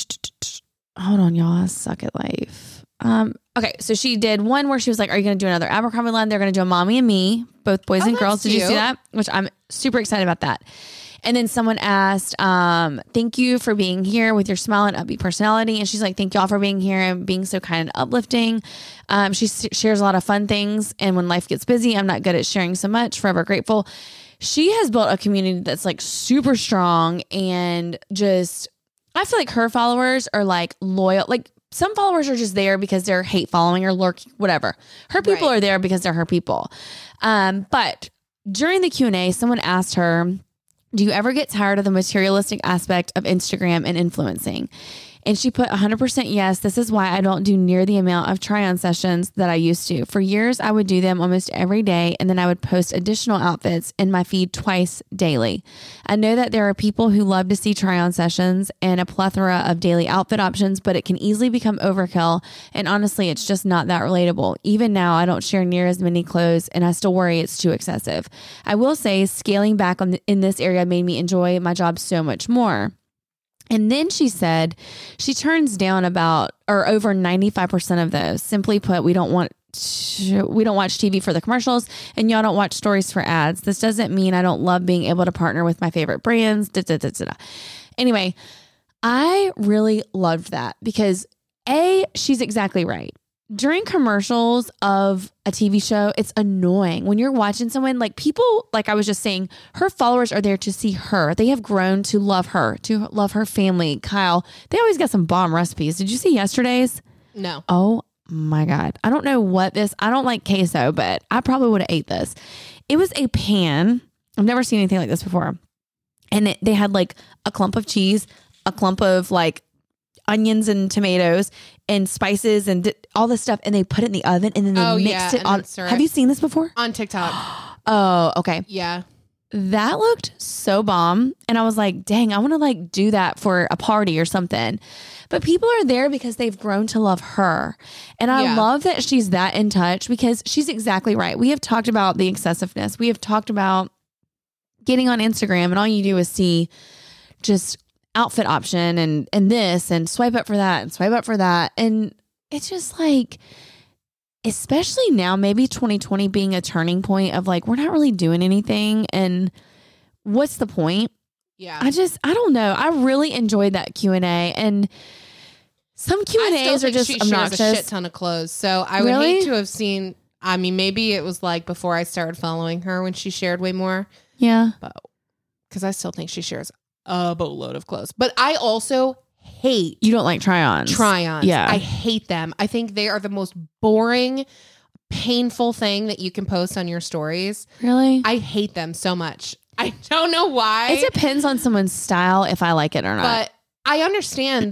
hold on, y'all, I suck at life. Um, okay, so she did one where she was like, "Are you going to do another Abercrombie line? They're going to do a mommy and me, both boys Oh, and that's girls. Did you see cute. that? Which I'm super excited about that." And then someone asked, um, "Thank you for being here with your smile and upbeat personality." And she's like, "Thank y'all for being here and being so kind and uplifting." Um, she s- shares a lot of fun things, and when life gets busy, I'm not good at sharing so much. Forever grateful. She has built a community that's like super strong and just I feel like her followers are like loyal. Like some followers are just there because they're hate following or lurking, whatever. Her people Right. are there because they're her people. Um, but during the Q and A, someone asked her, "Do you ever get tired of the materialistic aspect of Instagram and influencing?" And she put 100% yes. This is why I don't do near the amount of try on sessions that I used to. For years, I would do them almost every day, and then I would post additional outfits in my feed twice daily. I know that there are people who love to see try on sessions and a plethora of daily outfit options, but it can easily become overkill. And honestly, it's just not that relatable. Even now, I don't share near as many clothes, and I still worry it's too excessive. I will say, scaling back on the, in this area made me enjoy my job so much more. And then she said she turns down about or over 95% of those. Simply put, we don't want to- we don't watch TV for the commercials and y'all don't watch stories for ads. This doesn't mean I don't love being able to partner with my favorite brands. Da, da, da, da, da. Anyway, I really loved that because A, she's exactly right. During commercials of a TV show, it's annoying when you're watching someone like people, like I was just saying, her followers are there to see her. They have grown to love her, to love her family. Kyle, they always got some bomb recipes. Did you see yesterday's? No. Oh my God. I don't know what this, I don't like queso, but I probably would have ate this. It was a pan. I've never seen anything like this before. And it, they had like a clump of cheese, a clump of like onions and tomatoes and spices and di- all this stuff. And they put it in the oven and then they Oh, mixed yeah, it and on. then syrup. Have you seen this before? On TikTok. Oh, okay. Yeah. That looked so bomb. And I was like, dang, I want to like do that for a party or something. But people are there because they've grown to love her. And I Yeah. love that she's that in touch because she's exactly right. We have talked about the excessiveness. We have talked about getting on Instagram and all you do is see just outfit option and and this and swipe up for that and swipe up for that. And it's just like especially now maybe 2020 being a turning point of like we're not really doing anything and what's the point Yeah. i just i don't know i really enjoyed that q&a and some q and I still a's are think just she obnoxious Shares a shit ton of clothes. So I would Really? hate to have seen. I mean, maybe it was like before I started following her when she shared way more, yeah because I still think she shares a boatload of clothes. But I also hate you don't like try-ons try-ons. Yeah. I hate them. I think they are the most boring, painful thing that you can post on your stories. really I hate them so much. I don't know why. it depends on someone's style if i like it or not but I understand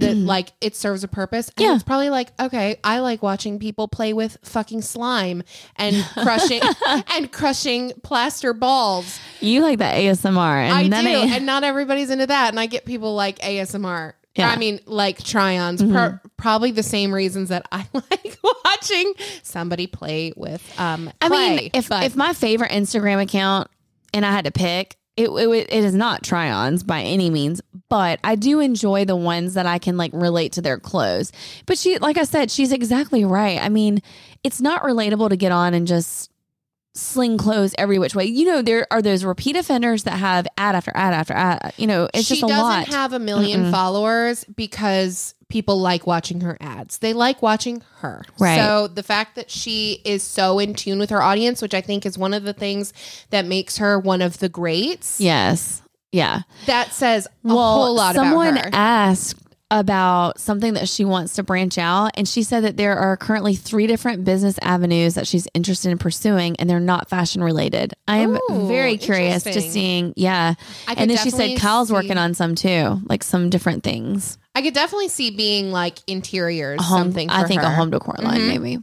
that like it serves a purpose. And Yeah. it's probably like, okay, I like watching people play with fucking slime and crushing and crushing plaster balls. you like the asmr and I do. that ain't- and not everybody's into that. And I get people like ASMR. Yeah. Mm-hmm. I mean, like try ons, pro- probably the same reasons that I like watching somebody play with um, I mean, clay, if but- if my favorite Instagram account and I had to pick, it, it would- it is not try-ons by any means, but I do enjoy the ones that I can like relate to their clothes. But she, like I said, she's exactly right. I mean, it's not relatable to get on and just sling clothes every which way. You know, there are those repeat offenders that have ad after ad after ad. You know, it's she just a doesn't lot. have a 1000000 followers because people like watching her ads. They like watching her. Right. So the fact that she is so in tune with her audience, which I think is one of the things that makes her one of the greats, yes, yeah. that says a well, whole lot someone about her. asked about something that she wants to branch out and she said that there are currently three different business avenues that she's interested in pursuing and they're not fashion related i am Ooh, very curious to interesting. seeing yeah I could and then she definitely said kyle's see- working on some too like some different things I could definitely see being like interiors a home something. i for think a her. Mm-hmm. home decor line maybe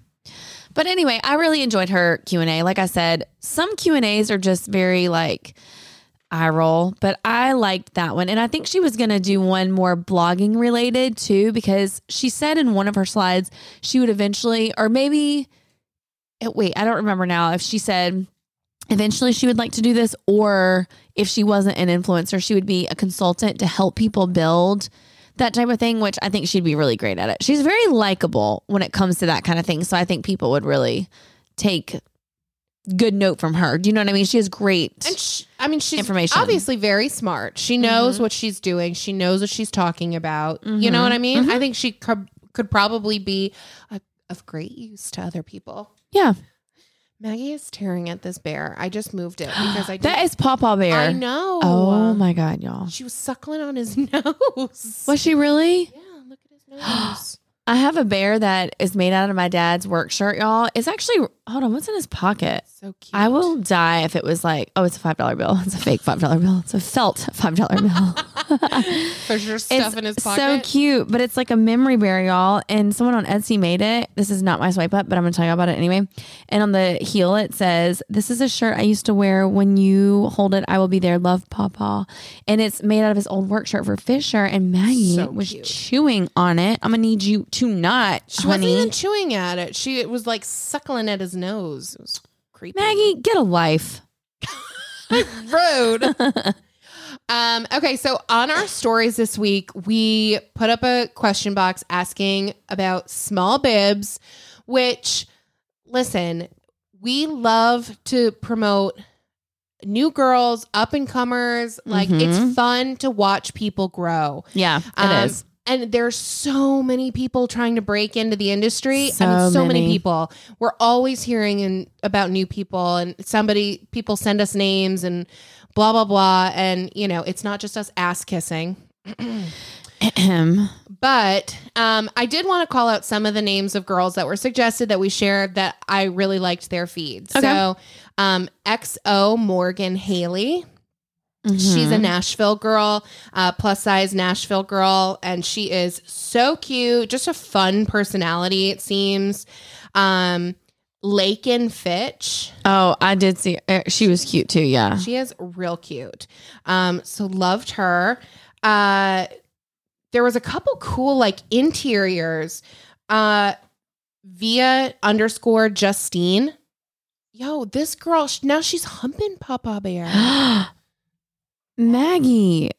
but anyway i really enjoyed her q&a like i said some q&as are just very like eye roll but i liked that one and i think she was going to do one more blogging related too because she said in one of her slides she would eventually or maybe eh, wait i don't remember now if she said eventually she would like to do this or if she wasn't an influencer she would be a consultant to help people build that type of thing which i think she'd be really great at it she's very likable when it comes to that kind of thing so i think people would really take good note from her do you know what i mean she is great And sh I mean, she's Information. Mm-hmm. obviously very smart. She knows what she's doing. She knows what she's talking about. You know what I mean? Mm-hmm. I think she could, could probably be a, of great use to other people. yeah Maggie is tearing at this bear. I just moved it because I did. that is pawpaw bear I know. oh my god y'all She was suckling on his nose. was she really Yeah, look at his nose. i have a bear that is made out of my dad's work shirt y'all it's actually hold on what's in his pocket so cute. I will die if it was like, oh, it's a five dollar bill. It's a fake five dollar bill. It's a felt five dollar bill. There's your stuff it's in his so pocket. cute, but it's like a memory bear, y'all. And someone on Etsy made it. This is not my swipe up, but I'm gonna tell you about it anyway. And on the heel, it says, "This is a shirt I used to wear. When you hold it, I will be there. Love, Papa." And it's made out of his old work shirt for Fisher. And Maggie So was cute. chewing on it. I'm gonna need you to not, She wasn't honey. even chewing at it. She was like suckling at his nose. It was creepy. Maggie, get a life. rude. um, okay, so on our stories this week, we put up a question box asking about small bibs, which listen, we love to promote new girls, up and comers. Like Mhm. it's fun to watch people grow. Yeah, it is. Um, And there's so many people trying to break into the industry. I mean, So so many. many. people. We're always hearing in, about new people, and somebody people send us names and blah blah blah. And you know, it's not just us ass kissing. Mm-hmm. But um, I did want to call out some of the names of girls that were suggested that we shared that I really liked their feeds. Okay. So, um, XO Morgan Haley. She's a Mm-hmm. Nashville girl, uh, plus size Nashville girl, and she is so cute. Just a fun personality, it seems. Um, Lakin Fitch, Oh, I did see. uh, She was cute too. Yeah. she is real cute. Um, so loved her. Uh, there was a couple cool like interiors. Uh, Via underscore Justine. Yo, this girl sh- now she's humping Papa Bear. Maggie.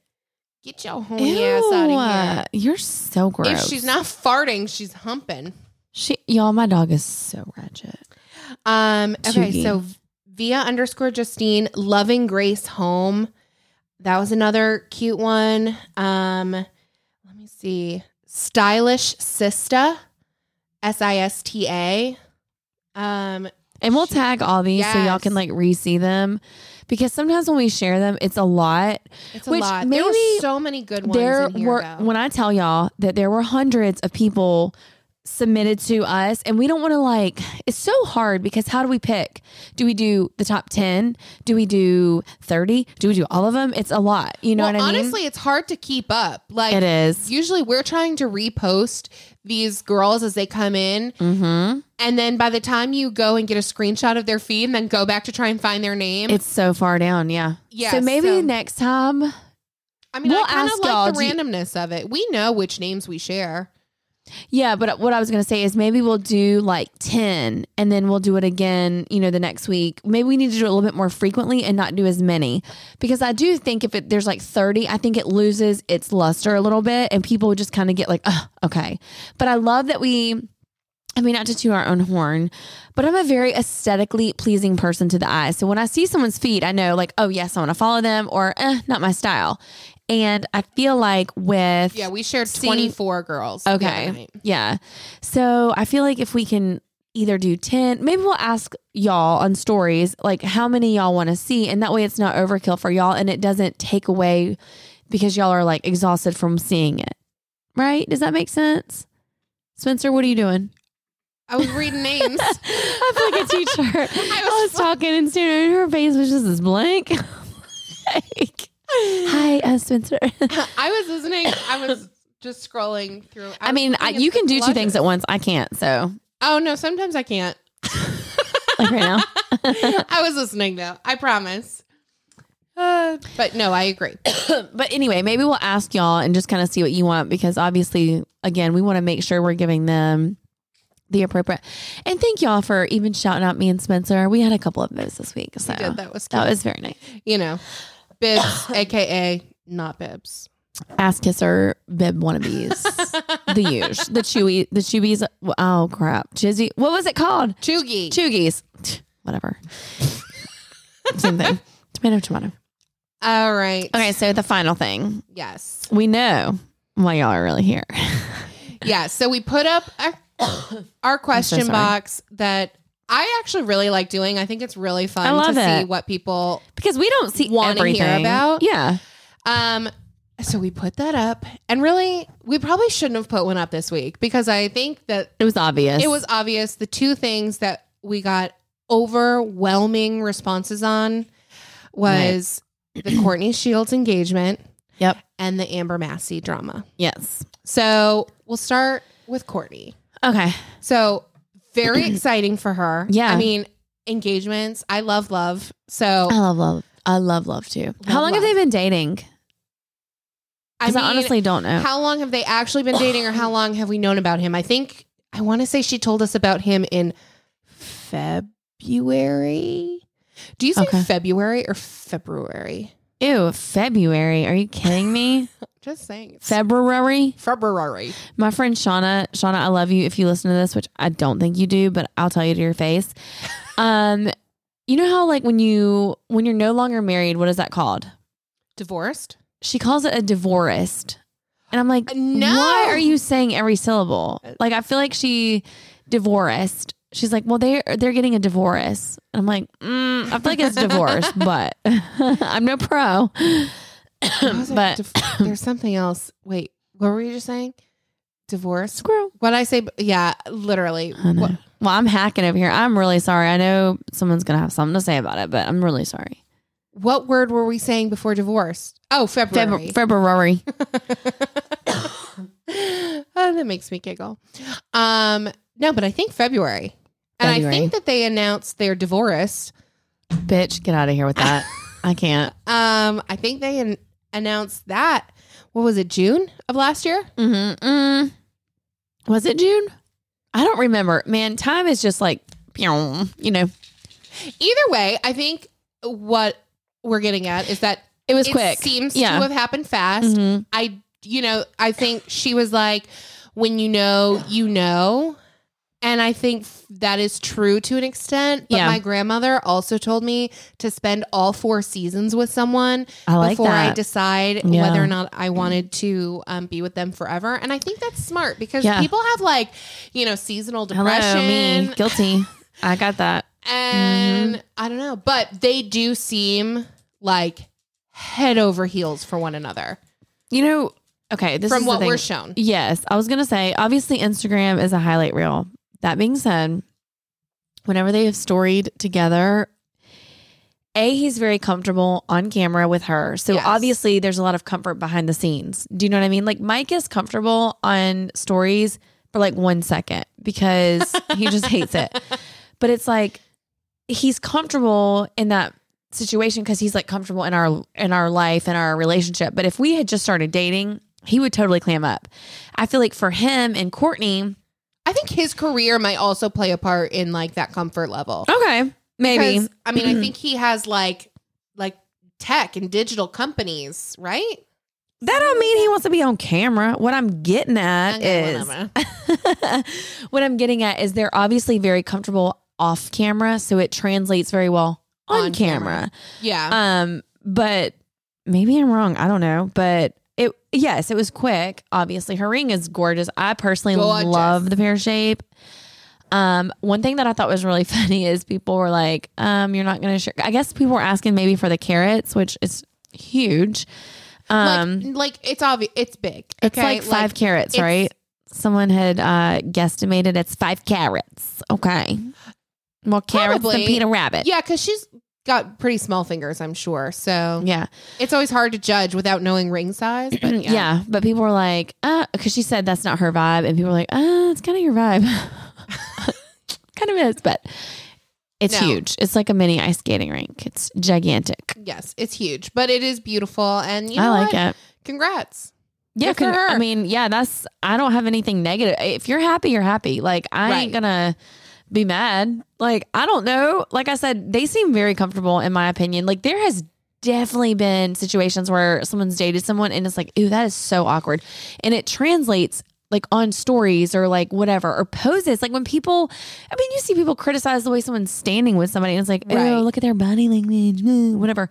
Get your homie ass out of here. Ew, You're so gross. If she's not farting, she's humping. she y'all, my dog is so ratchet. Um, okay, Toogie. so Via underscore Justine, loving Grace home. That was another cute one. Um, let me see. Stylish Sista, S I S T A. Um, And we'll tag all these so y'all Yes. can like re-see them. Because sometimes when we share them, it's a lot. it's a Which lot. there were maybe so many good ones. There in here, were though. when I tell y'all that there were hundreds of people submitted to us and we don't want to like it's so hard because how do we pick? Do we do the top 10? Do we do 30? Do we do all of them? It's a lot. You know well, what I mean? honestly, it's hard to keep up. Like it is. Usually, we're trying to repost these girls as they come in, Mm-hmm. And then by the time you go and get a screenshot of their feed and then go back to try and find their name, It's so far down, yeah. Yeah, So maybe so- next time I mean, We'll I kind ask of like the y'all, randomness of it. We know which names we share. Yeah, but what I was going to say is maybe we'll do like 10 and then we'll do it again, you know, the next week. Maybe we need to do it a little bit more frequently and not do as many because I do think if it, there's like 30, I think it loses its luster a little bit and people just kind of get like, oh, okay. But I love that we, I mean, not to toot our own horn, but I'm a very aesthetically pleasing person to the eye. So when I see someone's feet, I know like, oh, yes, I want to follow them or eh, not my style. And I feel like with. Yeah, we shared See- 24 girls. the other Okay. night. Yeah. So I feel like if we can either do 10, maybe we'll ask y'all on stories, like how many y'all want to see. And that way it's not overkill for y'all and it doesn't take away because y'all are like exhausted from seeing it. Right? Does that make sense? Spencer, what are you doing? I was reading names. I feel like a teacher. I was, was- talking and staring and her face was just as blank. like, hi, uh, Spencer. I was listening. I was just scrolling through. I was mean, looking I, at you the can do two things collages. at once. I can't. So, Oh, no, sometimes I can't. like right now. I was listening, though. I promise. Uh, but no, I agree. But anyway, maybe we'll ask y'all and just kind of see what you want because obviously, again, we want to make sure we're giving them the appropriate. And thank y'all for even shouting out me and Spencer. We had a couple of those this week, so I did. That was cute. that was very nice. you know, Bibs, aka not Bibs. Ass kisser, bib wannabes, the huge, the chewy, the chewies. Oh crap, chizzy. What was it called? Chugi. Chuggies. Whatever. Same thing. Tomato, tomato. All right. Okay, so the final thing Yes. we know why y'all are really here. Yeah. So we put up our, our question sorry. box that I actually really like doing. I think it's really fun I love to see it. what people. because we don't see Wanna hear everything about? Yeah, Um. So we put that up, and really, we probably shouldn't have put one up this week because I think that it was obvious. it was obvious the two things that we got overwhelming responses on was the Courtney Shields engagement Yep. and the Amber Massey drama. Yes. So we'll start with Courtney. Okay. So very exciting for her. Yeah. I mean, engagements. I love love. So I love love. I love love too. How long have love. they been dating? I, Because I, mean, honestly don't know. how long have they actually been dating or how long have we known about him? I think I want to say she told us about him in February. Do you say Okay. February or February? Ew, February. Are you kidding me? Just saying. It's February. February. My friend Shauna, Shauna, I love you if you listen to this, which I don't think you do, but I'll tell you to your face. Um, you know how like when you when you're no longer married, what is that called? Divorced? She calls it a divorced. And I'm like, No. why are you saying every syllable? Like, I feel like she divorced. She's like, well, they're they're getting a divorce. And I'm like, mm, I feel like it's divorce, but I'm no pro. I was But- like, div- there's something else. Wait, what were you just saying? Divorce? Squirrel. What I say? Yeah, literally. I know. What- Well, I'm hacking over here. I'm really sorry. I know someone's gonna have something to say about it, but I'm really sorry. what word were we saying before divorce? Oh, February. February. February. oh, that makes me giggle. Um, no, but I think February. And I February. think that they announced their divorce. Bitch, get out of here with that. I can't. Um, I think they an- announced that. What was it? June of last year? hmm Mm. Was it June? I don't remember. Man, time is just like, pew, you know, Either way, I think what we're getting at is that it was it quick. seems Yeah. to have happened fast. Mhm. I, you know, I think she was like, when you know, you know. And I think f- that is true to an extent. But Yeah. my grandmother also told me to spend all four seasons with someone I like before I that. decide Yeah. whether or not I wanted to um, be with them forever. And I think that's smart because Yeah. people have like, you know, seasonal Hello, depression. me. Guilty. I got that. And Mm-hmm. I don't know, but they do seem like head over heels for one another You know, okay, this from is the what thing. we're shown. Yes, I was gonna say. Obviously, Instagram is a highlight reel. That being said, whenever they have storied together, a he's very comfortable on camera with her, so Yes. obviously there's a lot of comfort behind the scenes. Do you know what I mean? Like Mike is comfortable on stories for like one second because he just hates it, but it's like he's comfortable in that situation because he's like comfortable in our in our life and our relationship. But if we had just started dating, he would totally clam up. I feel like for him and Courtney, I think his career might also play a part in like that comfort level. okay, Oh, maybe Mm-hmm. 'Cause, I mean, I think he has like like tech and digital companies, right? that don't mean he wants to be on camera. What I'm getting at Okay, is whatever. what I'm getting at is they're obviously very comfortable off camera, so it translates very well on, On camera. camera. yeah. Um, but maybe I'm wrong. I don't know. But it yes, it was quick. Obviously, her ring is gorgeous. I personally Gorgeous. love the pear shape. Um, one thing that I thought was really funny is people were like, um, you're not gonna share I guess people were asking maybe for the carrots, which is huge. Um like, like it's obvious. It's big. it's okay? like five carrots, it's- right? Someone had uh guesstimated it's five carrots. Okay. More carrots Probably. than Peter Rabbit. Yeah, because she's got pretty small fingers, I'm sure. So Yeah. Mm, it's always hard to judge without knowing ring size. But yeah. yeah, but people were like, uh, because she said that's not her vibe, and people were like, uh, it's kind of your vibe. kind of is, but it's No. huge. It's like a mini ice skating rink. It's gigantic. yes, it's huge, but it is beautiful, and you know I like what? it. Congrats. Yeah, Good for con- I her. mean, yeah, that's. I don't have anything negative. If you're happy, you're happy. Like I ain't Right. gonna be mad. Like I don't know. Like I said, they seem very comfortable, in my opinion. Like there has definitely been situations where someone's dated someone and it's like, ooh, that is so awkward, and it translates like on stories or like whatever or poses. Like when people, I mean, you see people criticize the way someone's standing with somebody, and it's like, Right. oh, look at their body language, mm, whatever.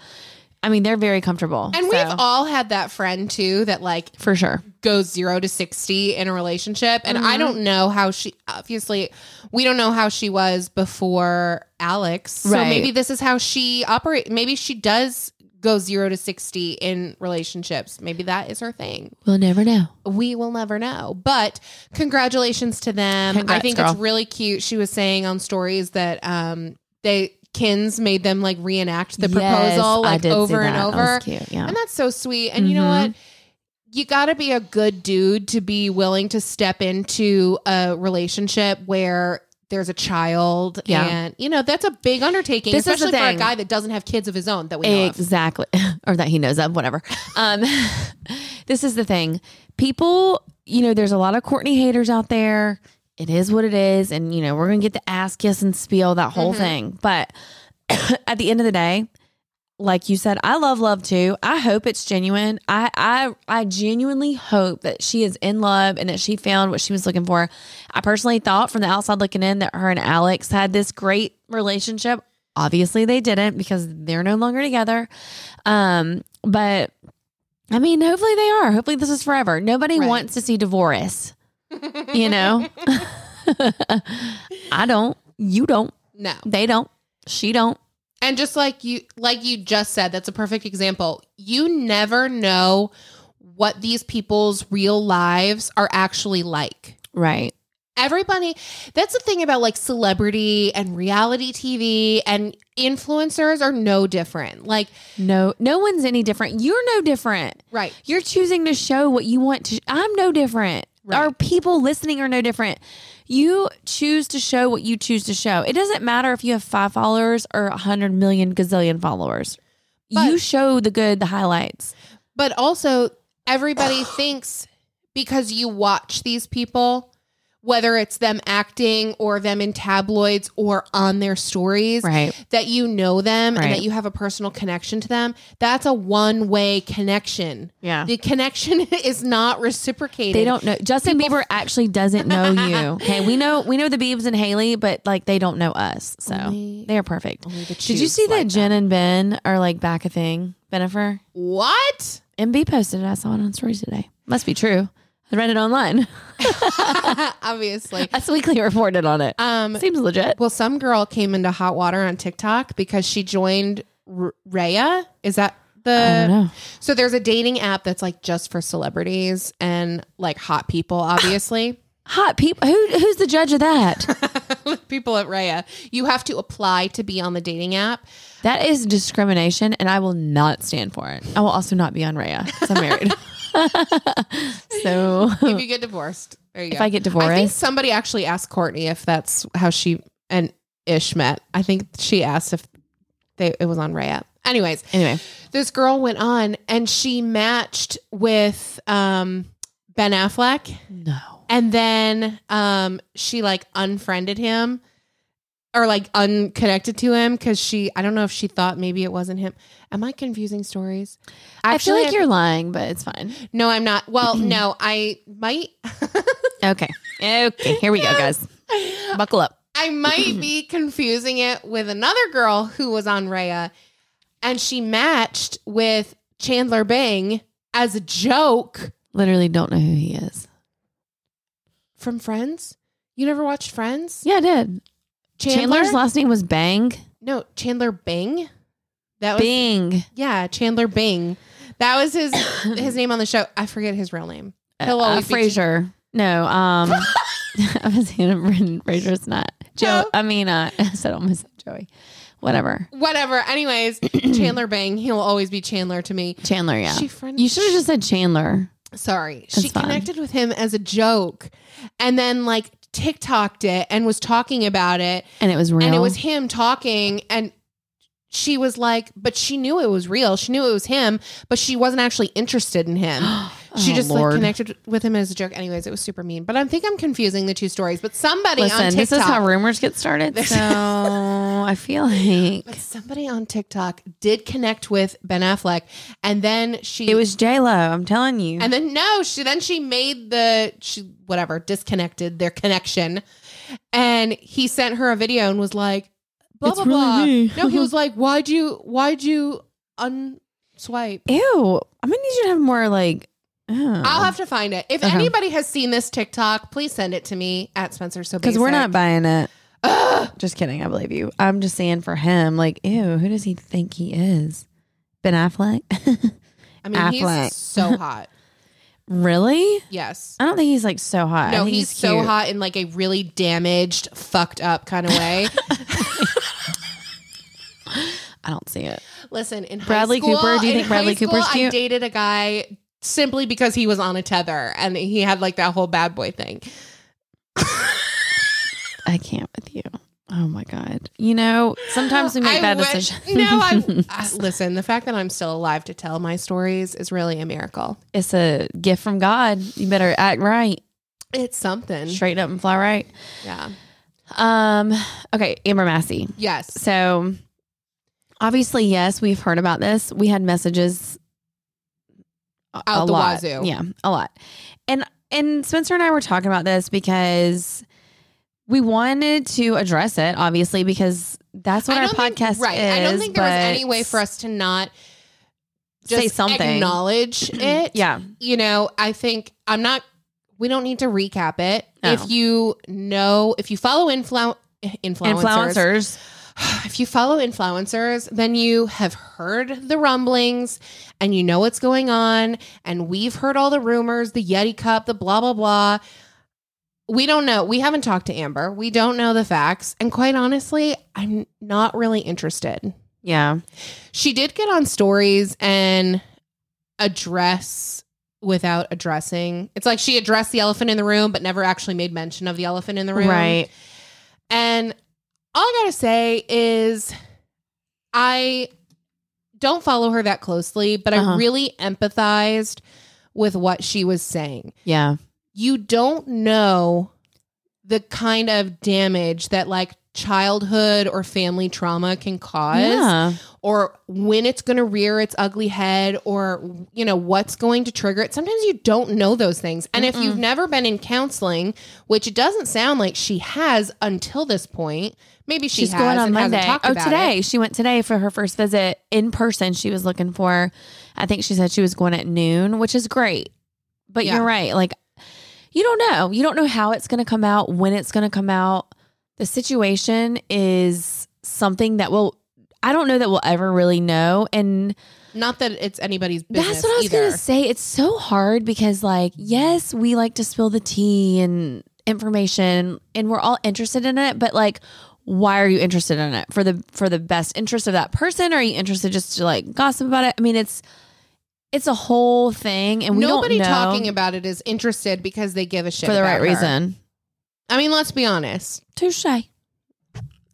I mean, they're very comfortable, So, And we've all had that friend too that like for sure. goes zero to 60 in a relationship. And Mm-hmm. I don't know how she, obviously, we don't know how she was before Alex. So Right. maybe this is how she operates. Maybe she does go zero to 60 in relationships. Maybe that is her thing. We'll never know. We will never know. But congratulations to them. I Congrats, think girl. it's really cute. She was saying on stories that um, they, Kins made them like reenact the Yes, proposal I like did see over and that. over. That was cute, yeah. And that's so sweet. And you know Mhm. what? You got to be a good dude to be willing to step into a relationship where there's a child. Yeah. And, you know, that's a big undertaking, This is the especially for a thing. guy that doesn't have kids of his own that we know of. exactly or that he knows of whatever um this is the thing people you know there's a lot of courtney haters out there it is what it is and you know we're gonna get the ass kiss and spiel that whole Mm-hmm. thing but at the end of the day like you said i love love too i hope it's genuine i i i genuinely hope that she is in love and that she found what she was looking for i personally thought from the outside looking in that her and alex had this great relationship obviously they didn't because they're no longer together um but i mean hopefully they are hopefully this is forever nobody Right. wants to see divorce you know i don't you don't No. they don't she don't And just like you like you just said, that's a perfect example. You never know what these people's real lives are actually like. right everybody that's the thing about like celebrity and reality tv and influencers are no different like No, no one's any different. You're no different. right You're choosing to show what you want to. I'm no different. Right. Our people listening are no different. You choose to show what you choose to show. It doesn't matter if you have five followers or a hundred million gazillion followers. you But- show the good, the highlights. but also everybody thinks because you watch these people whether it's them acting or them in tabloids or on their stories Right. that you know them Right. and that you have a personal connection to them that's a one-way connection Yeah. the connection is not reciprocated They don't know. Justin Bieber actually doesn't know you. Okay, we know we know the Biebs and Haley, but like they don't know us, so Only- they're perfect. only the Did you Jews see that like Jen and Ben are like back a thing? Benifer, what MB posted it. I saw it on stories today. Must be true. I read it online. obviously. Us Weekly reported on it. Um, Seems legit. well, some girl came into hot water on TikTok because she joined R- Raya. Is that I don't the? know. So there's a dating app that's like just for celebrities and like hot people, obviously. Hot people. Who who's the judge of that? people at Raya. You have to apply to be on the dating app. that is discrimination, and I will not stand for it. I will also not be on Raya. 'cause I'm married. so If you get divorced, there you if go. I get I think divorced, somebody actually asked Courtney if that's how she and Ish met. I think she asked if they it was on Raya. Anyways, Anyway, this girl went on and she matched with um, Ben Affleck, no. and then um, she like unfriended him or like unconnected to him because she I don't know if she thought maybe it wasn't him. Am I confusing stories? I feel Actually, like you're lying, but it's fine. No, I'm not. Well, no, I might. Okay. Okay. Here we go, guys. Buckle up. I might be confusing it with another girl who was on Raya, and she matched with Chandler Bing as a joke Literally don't know who he is. from Friends. You never watched Friends? Yeah, I did. Chandler's last name was Bang. no Chandler Bing. Oh, That was Bing. yeah Chandler Bing. That was his his name on the show. I forget his real name. He'll Uh, always be- Frasier. No, um, I was Hannah Brendan Frasier's not Joe. No. I mean, uh, I said almost said Joey. Whatever. Whatever. Anyways, Chandler Bing. He'll always be Chandler to me. Chandler. Yeah. She friend. you should have just said Chandler. Sorry. That's she fine. connected with him as a joke and then like TikToked it and was talking about it. And it was real. And it was him talking and she was like, but she knew it was real. She knew it was him, but she wasn't actually interested in him. She Oh, just Lord. like connected with him as a joke. Anyways, it was super mean. But I think I'm confusing the two stories. But somebody on Listen, TikTok, this is how rumors get started. This- So I feel like but somebody on TikTok did connect with Ben Affleck, and then she it was J Lo. I'm telling you. And then no, she then she made the she whatever disconnected their connection, and he sent her a video and was like, blah It's blah really blah. me. No, he was like, why'd you why'd you unswipe? Ew. I'm gonna need you to have more like. oh. I'll have to find it. If Okay. anybody has seen this TikTok, please send it to me at Spencer. So Because we're not Basic. buying it. Ugh. Just kidding. I believe you. I'm just saying for him, like, ew, who does he think he is? Ben Affleck? I mean, Affleck. he's so hot. really? Yes. I don't think Uh, he's like so hot. I No, think he's, so cute. hot in like a really damaged, fucked up kind of way. I don't see it. Listen, in high Bradley school- Cooper, do you in think Bradley high Cooper's school, I cute? dated a guy simply because he was on a tether and he had like that whole bad boy thing. I can't with you. Oh my god. You know, sometimes we make I bad wish- decisions. No, I, I- listen. The fact that I'm still alive to tell my stories is really a miracle. it's a gift from God. You better act right, It's something. straight up and fly right. Yeah. Um. Okay, Amber Massey. Yes. So obviously, yes, we've heard about this. We had messages a- a Out the lot. wazoo. Yeah, a lot. And and Spencer and I were talking about this because we wanted to address it, obviously, because that's what I our don't think- podcast right. is. I don't think there was but- any way for us to not just Say something. acknowledge it. Yeah, you know, I think I'm not, we don't need to recap it. No. If you know, if you follow influ- influencers, influencers. if you follow influencers, then you have heard the rumblings and you know what's going on. And we've heard all the rumors, the Yeti Cup, the blah, blah, blah. We don't know. We haven't talked to Amber. We don't know the facts. And quite honestly, I'm not really interested. Yeah, She did get on stories and address without addressing. It's like she addressed the elephant in the room, but never actually made mention of the elephant in the room. right. And all I gotta say is, I don't follow her that closely, but I Uh-huh. really empathized with what she was saying. Yeah, You don't know the kind of damage that like childhood or family trauma can cause yeah. or when it's going to rear its ugly head or you know what's going to trigger it sometimes you don't know those things and if you've never been in counseling which it doesn't sound like she has until this point maybe she She's has going on and hasn't Monday. talked Oh, about today it. she went today for her first visit in person. She was looking for. I think she said she was going at noon, which is great. But Yeah. you're right. Like you don't know. You don't know how it's going to come out, when it's going to come out. The situation is something that will. I don't know that we'll ever really know. And not that it's anybody's business that's what I was either gonna say. It's so hard because, like, yes, we like to spill the tea and information, and we're all interested in it. But like, why are you interested in it for the for the best interest of that person? are you interested just to like gossip about it? I mean, it's it's a whole thing, and we nobody don't know talking about it is interested because they give a shit for the about right her. reason. i mean let's be honest Touche.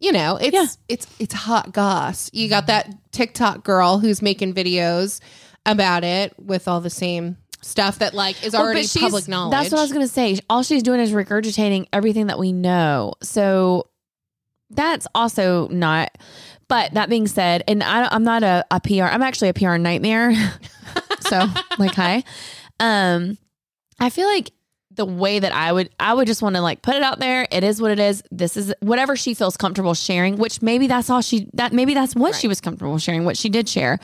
you know it's Yeah. it's it's hot goss you got that TikTok girl who's making videos about it with all the same stuff that like is Well, Oh, but already she's- public knowledge. That's what I was gonna say. All she's doing is regurgitating everything that we know. So that's also not. But that being said, and I, I'm not a, a PR. I'm actually a PR nightmare. so like, hi. Um, I feel like the way that I would, I would just want to like put it out there. It is what it is. This is whatever she feels comfortable sharing. Which maybe that's all she that maybe that's what she was comfortable sharing. What she did share.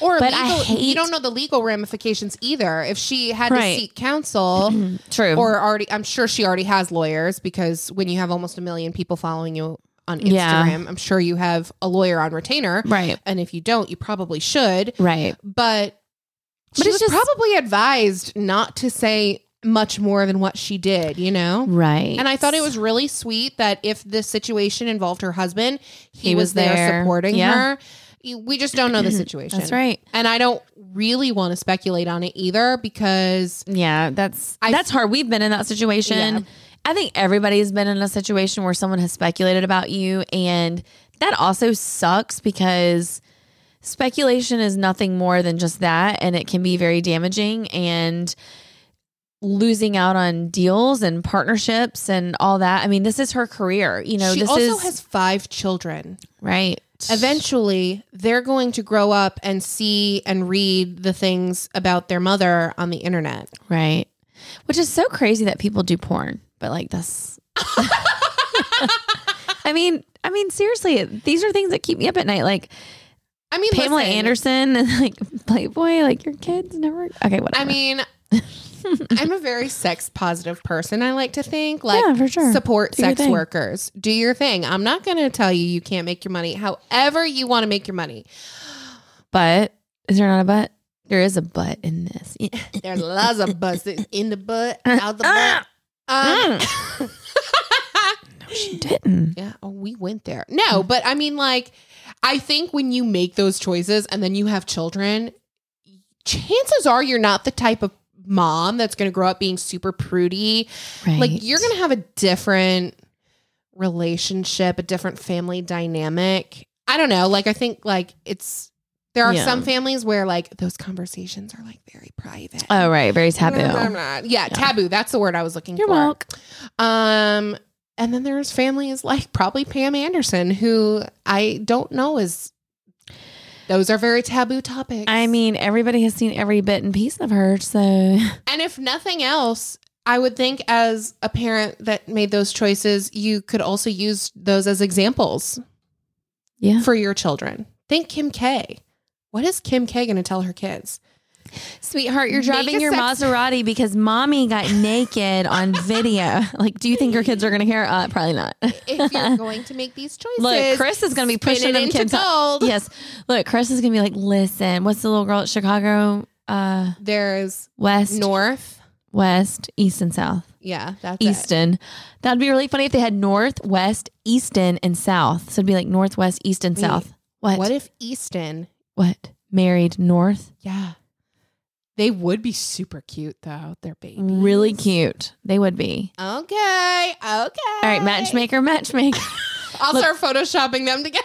or but I legal, you hate- don't know the legal ramifications either. If she had Right. to seek counsel True. or already I'm sure she already has lawyers because when you have almost a million people following you on Instagram, Yeah. I'm sure you have a lawyer on retainer. right. And if you don't, you probably should. Right. but, But she it's was just- probably advised not to say much more than what she did, you know? Right. And I thought it was really sweet that if this situation involved her husband, he, He was, was there, there. supporting Yeah. her. You- We just don't know the situation. That's right. And I don't really want to speculate on it either because Yeah, that's I- that's hard. We've been in that situation. Yeah. I think everybody's been in a situation where someone has speculated about you and that also sucks because speculation is nothing more than just that and it can be very damaging and losing out on deals and partnerships and all that. I mean, this is her career. You know, she this also is has five children. right. Eventually, they're going to grow up and see and read the things about their mother on the internet. Right. Which is so crazy that people do porn, but like that's I mean, I mean seriously, these are things that keep me up at night like I mean, Pamela listen, Anderson and like Playboy, like your kids never Okay, whatever. I mean, I'm a very sex positive person. I like to think like Yeah, for sure. support Do your sex thing. workers. Do your thing. I'm not going to tell you you can't make your money. However, you want to make your money. but is there not a butt? There is a butt in this. There's lots of butts that's in the butt, out the Ah! butt. Um, Mm. She didn't. yeah, oh, we went there. No, but I mean, like, I think when you make those choices and then you have children, chances are you're not the type of mom that's going to grow up being super prudy Right. like you're gonna have a different relationship a different family dynamic i don't know like i think like it's there are Yeah. some families where like those conversations are like very private Oh right, very taboo. Blah, blah, blah. yeah, taboo that's the word i was looking Your for milk. um and then there's families like probably pam anderson who i don't know is those are very taboo topics I mean, everybody has seen every bit and piece of her, so And if nothing else, I would think as a parent that made those choices, you could also use those as examples yeah. for your children. Think Kim K. What is Kim K going to tell her kids? Sweetheart, you're Make a driving your sex- Maserati because mommy got naked on video. Like, do you think your kids are going to care? Uh, probably not. If you're going to make these choices, Look, Chris is going to be spin pushing it them into kids. up. gold. Yes. Look, Chris is going to be like, listen, what's the little girl at Chicago? Uh, There's west, North. west, east, and south. Yeah, that's it. Easton. That'd be really funny if they had north, west, easton, and south. So it'd be like northwest, east, and Wait, south. What? What if Easton? what? Married north? Yeah. They would be super cute though. They're babies. Really cute. They would be. Okay. Okay. All All right, matchmaker, matchmaker. I'll start photoshopping them together.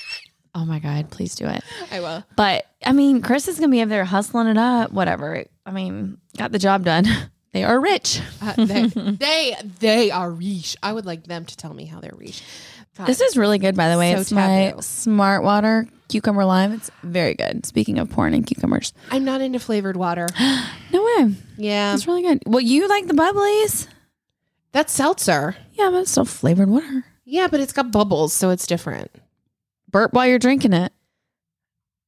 oh my God, please do it. I will. But I mean, Chris is gonna be up there hustling it up, whatever. I mean, got the job done. They are rich. Uh, they, they they are riche. I would like them to tell me how they're riche. God. This is really good, by the way. So it's my taboo. smart water cucumber lime. It's very good. Speaking of porn and cucumbers, I'm not into flavored water. no way. Yeah, It's really good. Well, you like the bubblies? that's seltzer. Yeah, but it's still flavored water. Yeah, but it's got bubbles, so it's different. Burp while you're drinking it.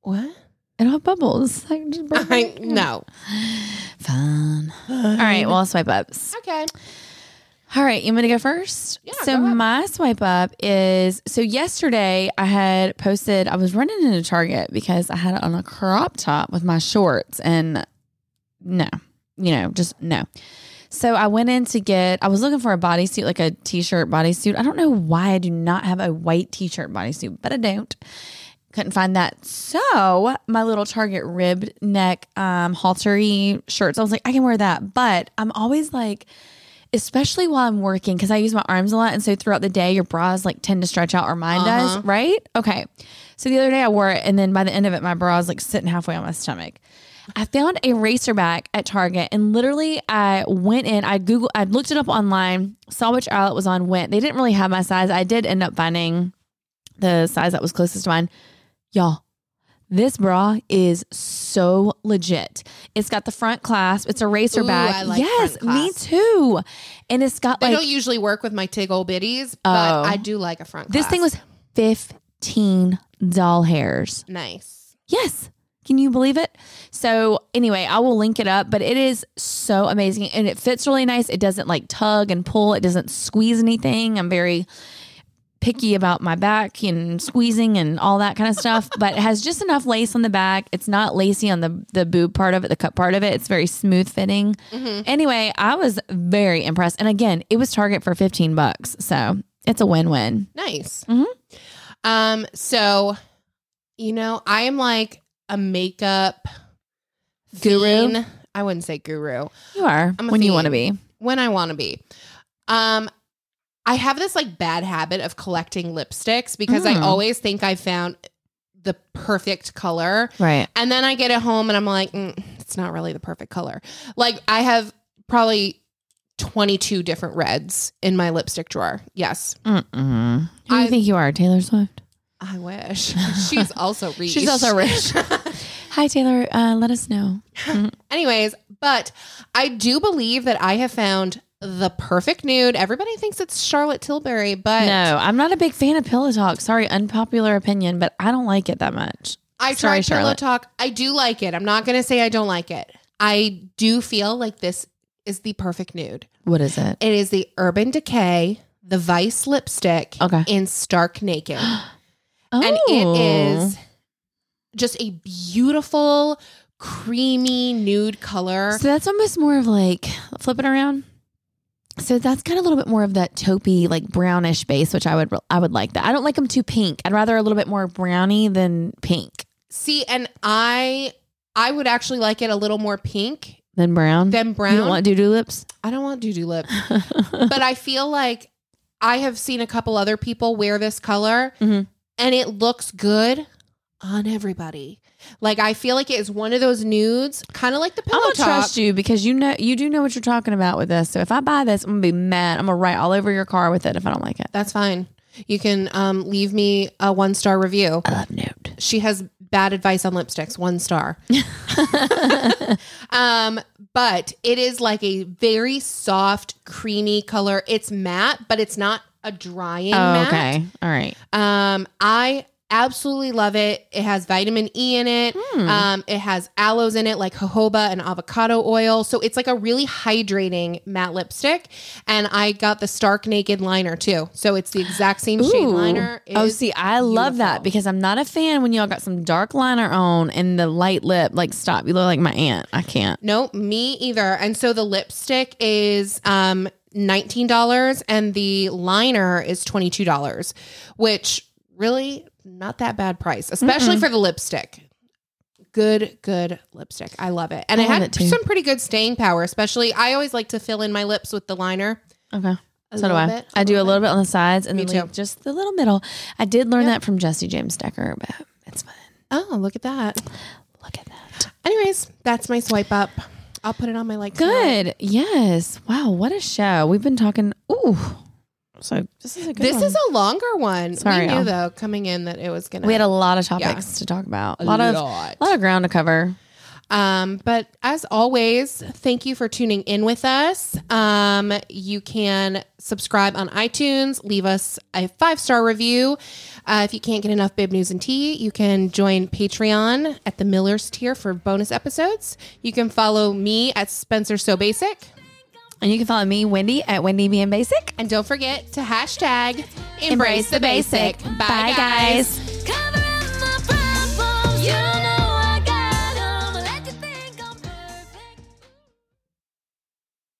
What? It'll have bubbles. Like, just burp while I, you're drinking it. no. Fun. All right. Well, I'll swipe up. Okay. All right, you want me to go first? Yeah, So go ahead. my swipe up is so yesterday I had posted I was running into Target because I had it on a crop top with my shorts and no, you know, just no. So I went in to get I was looking for a bodysuit, like a t-shirt bodysuit. I don't know why I do not have a white t-shirt bodysuit, but I don't. Couldn't find that. So my little Target ribbed neck um haltery shirts. I was like, I can wear that. But I'm always like especially while I'm working, because I use my arms a lot. And so throughout the day, your bras like tend to stretch out, or mine Uh-huh. does, right? Okay. So the other day I wore it, and then by the end of it, my bra was like sitting halfway on my stomach. I found a racer back at Target and literally I went in, I Googled, I looked it up online, saw which aisle it was on, went. They didn't really have my size. I did end up finding the size that was closest to mine. Y'all, this bra is so legit. It's got the front clasp. It's a racer Ooh, back. I like yes, front me clasp. too. And it's got They like don't usually work with my tig old biddies, but Oh. I do like a front. this thing was 15 doll hairs. nice. Yes. Can you believe it? So, anyway, I will link it up, but it is so amazing and it fits really nice. It doesn't like tug and pull, it doesn't squeeze anything. I'm very picky about my back and squeezing and all that kind of stuff, but it has just enough lace on the back. It's not lacy on the the boob part of it, the cup part of it. It's very smooth fitting. Mm-hmm. Anyway, I was very impressed. And again, it was Target for 15 bucks. So, it's a win-win. Nice. Mhm. Um, so you know, I am like a makeup Guru? fiend. I wouldn't say guru. You are I'm a when you fiend. want to be. When I want to be. Um I have this like bad habit of collecting lipsticks because I Mm. always think I found the perfect color Right. and then I get it home and I'm like, mm, it's not really the perfect color. Like I have probably 22 different reds in my lipstick drawer. Yes, Mm-mm. Who do I- you think you are, Taylor Swift? I wish. She's also rich. She's also rich. Hi, Taylor. Uh, let us know. Anyways, but I do believe that I have found the perfect nude. Everybody thinks it's Charlotte Tilbury, but No, I'm not a big fan of Pillow Talk. Sorry, unpopular opinion, but I don't like it that much. I Sorry, tried Pillow Charlotte. Talk. I do like it. I'm not going to say I don't like it. I do feel like this is the perfect nude. What is it? It is the Urban Decay, the Vice lipstick Okay. in Stark Naked. Oh. And it is just a beautiful, creamy nude color. So that's almost more of like flip it around. So that's kind of a little bit more of that taupey, like brownish base, which I would I would like that. I don't like them too pink. I'd rather a little bit more browny than pink See, and I I would actually like it a little more pink than brown. than brown. You don't want doo doo lips. I don't want doo-doo lip. but I feel like I have seen a couple other people wear this color Mhm. and it looks good on everybody. Like I feel like it is one of those nudes, kind of like the I'm pillow gonna top. trust you because you know you do know what you're talking about with this. So if I buy this, I'm gonna be mad. I'm gonna write all over your car with it if I don't like it. That's fine. You can um, leave me a one star review. I love nude. She has bad advice on lipsticks, one star. um, but it is like a very soft, creamy color. It's matte, but it's not a drying matte. Oh, okay, all right. Um, I absolutely love it. It has vitamin E in it. Hmm. Um, it has aloes in it, like jojoba and avocado oil. So it's like a really hydrating matte lipstick. And I got the Stark Naked liner too. So it's the exact same shade Ooh. liner. It Oh, is see, I love that beautiful. because I'm not a fan when y'all got some dark liner on and the light lip. Like, stop! You look like my aunt. I can't. No, me either. And so the lipstick is um $19 and the liner is $22, which really not that bad price, especially for the lipstick. Good, good lipstick. I love it. And I it love had it too. some pretty good staying power, especially I always like to fill in my lips with the liner. Okay, a so do little I. bit, I do a little bit on the sides and Me then leave too. just the little middle. I did learn Yeah. that from Jesse James Decker, but it's fun. Oh, look at that. Look at that. Anyways, that's my swipe up. I'll put it on my like tonight. Good. Yes. Wow. What a show. We've been talking. Ooh. So this is a good This one. is a longer one. Sorry, we knew I'll- though coming in that it was gonna We had a lot of topics Yeah. to talk about. A lot of lot. lot of ground to cover. Um, but as always, thank you for tuning in with us. Um, you can subscribe on iTunes, leave us a five star review. Uh, if you can't get enough bib news and tea, you can join Patreon at the Millers tier for bonus episodes. You can follow me at Spencer So Basic, And you can follow me, Wendy, at Wendy Being Basic. and don't forget to hashtag embrace, Embrace the basic. Bye, guys.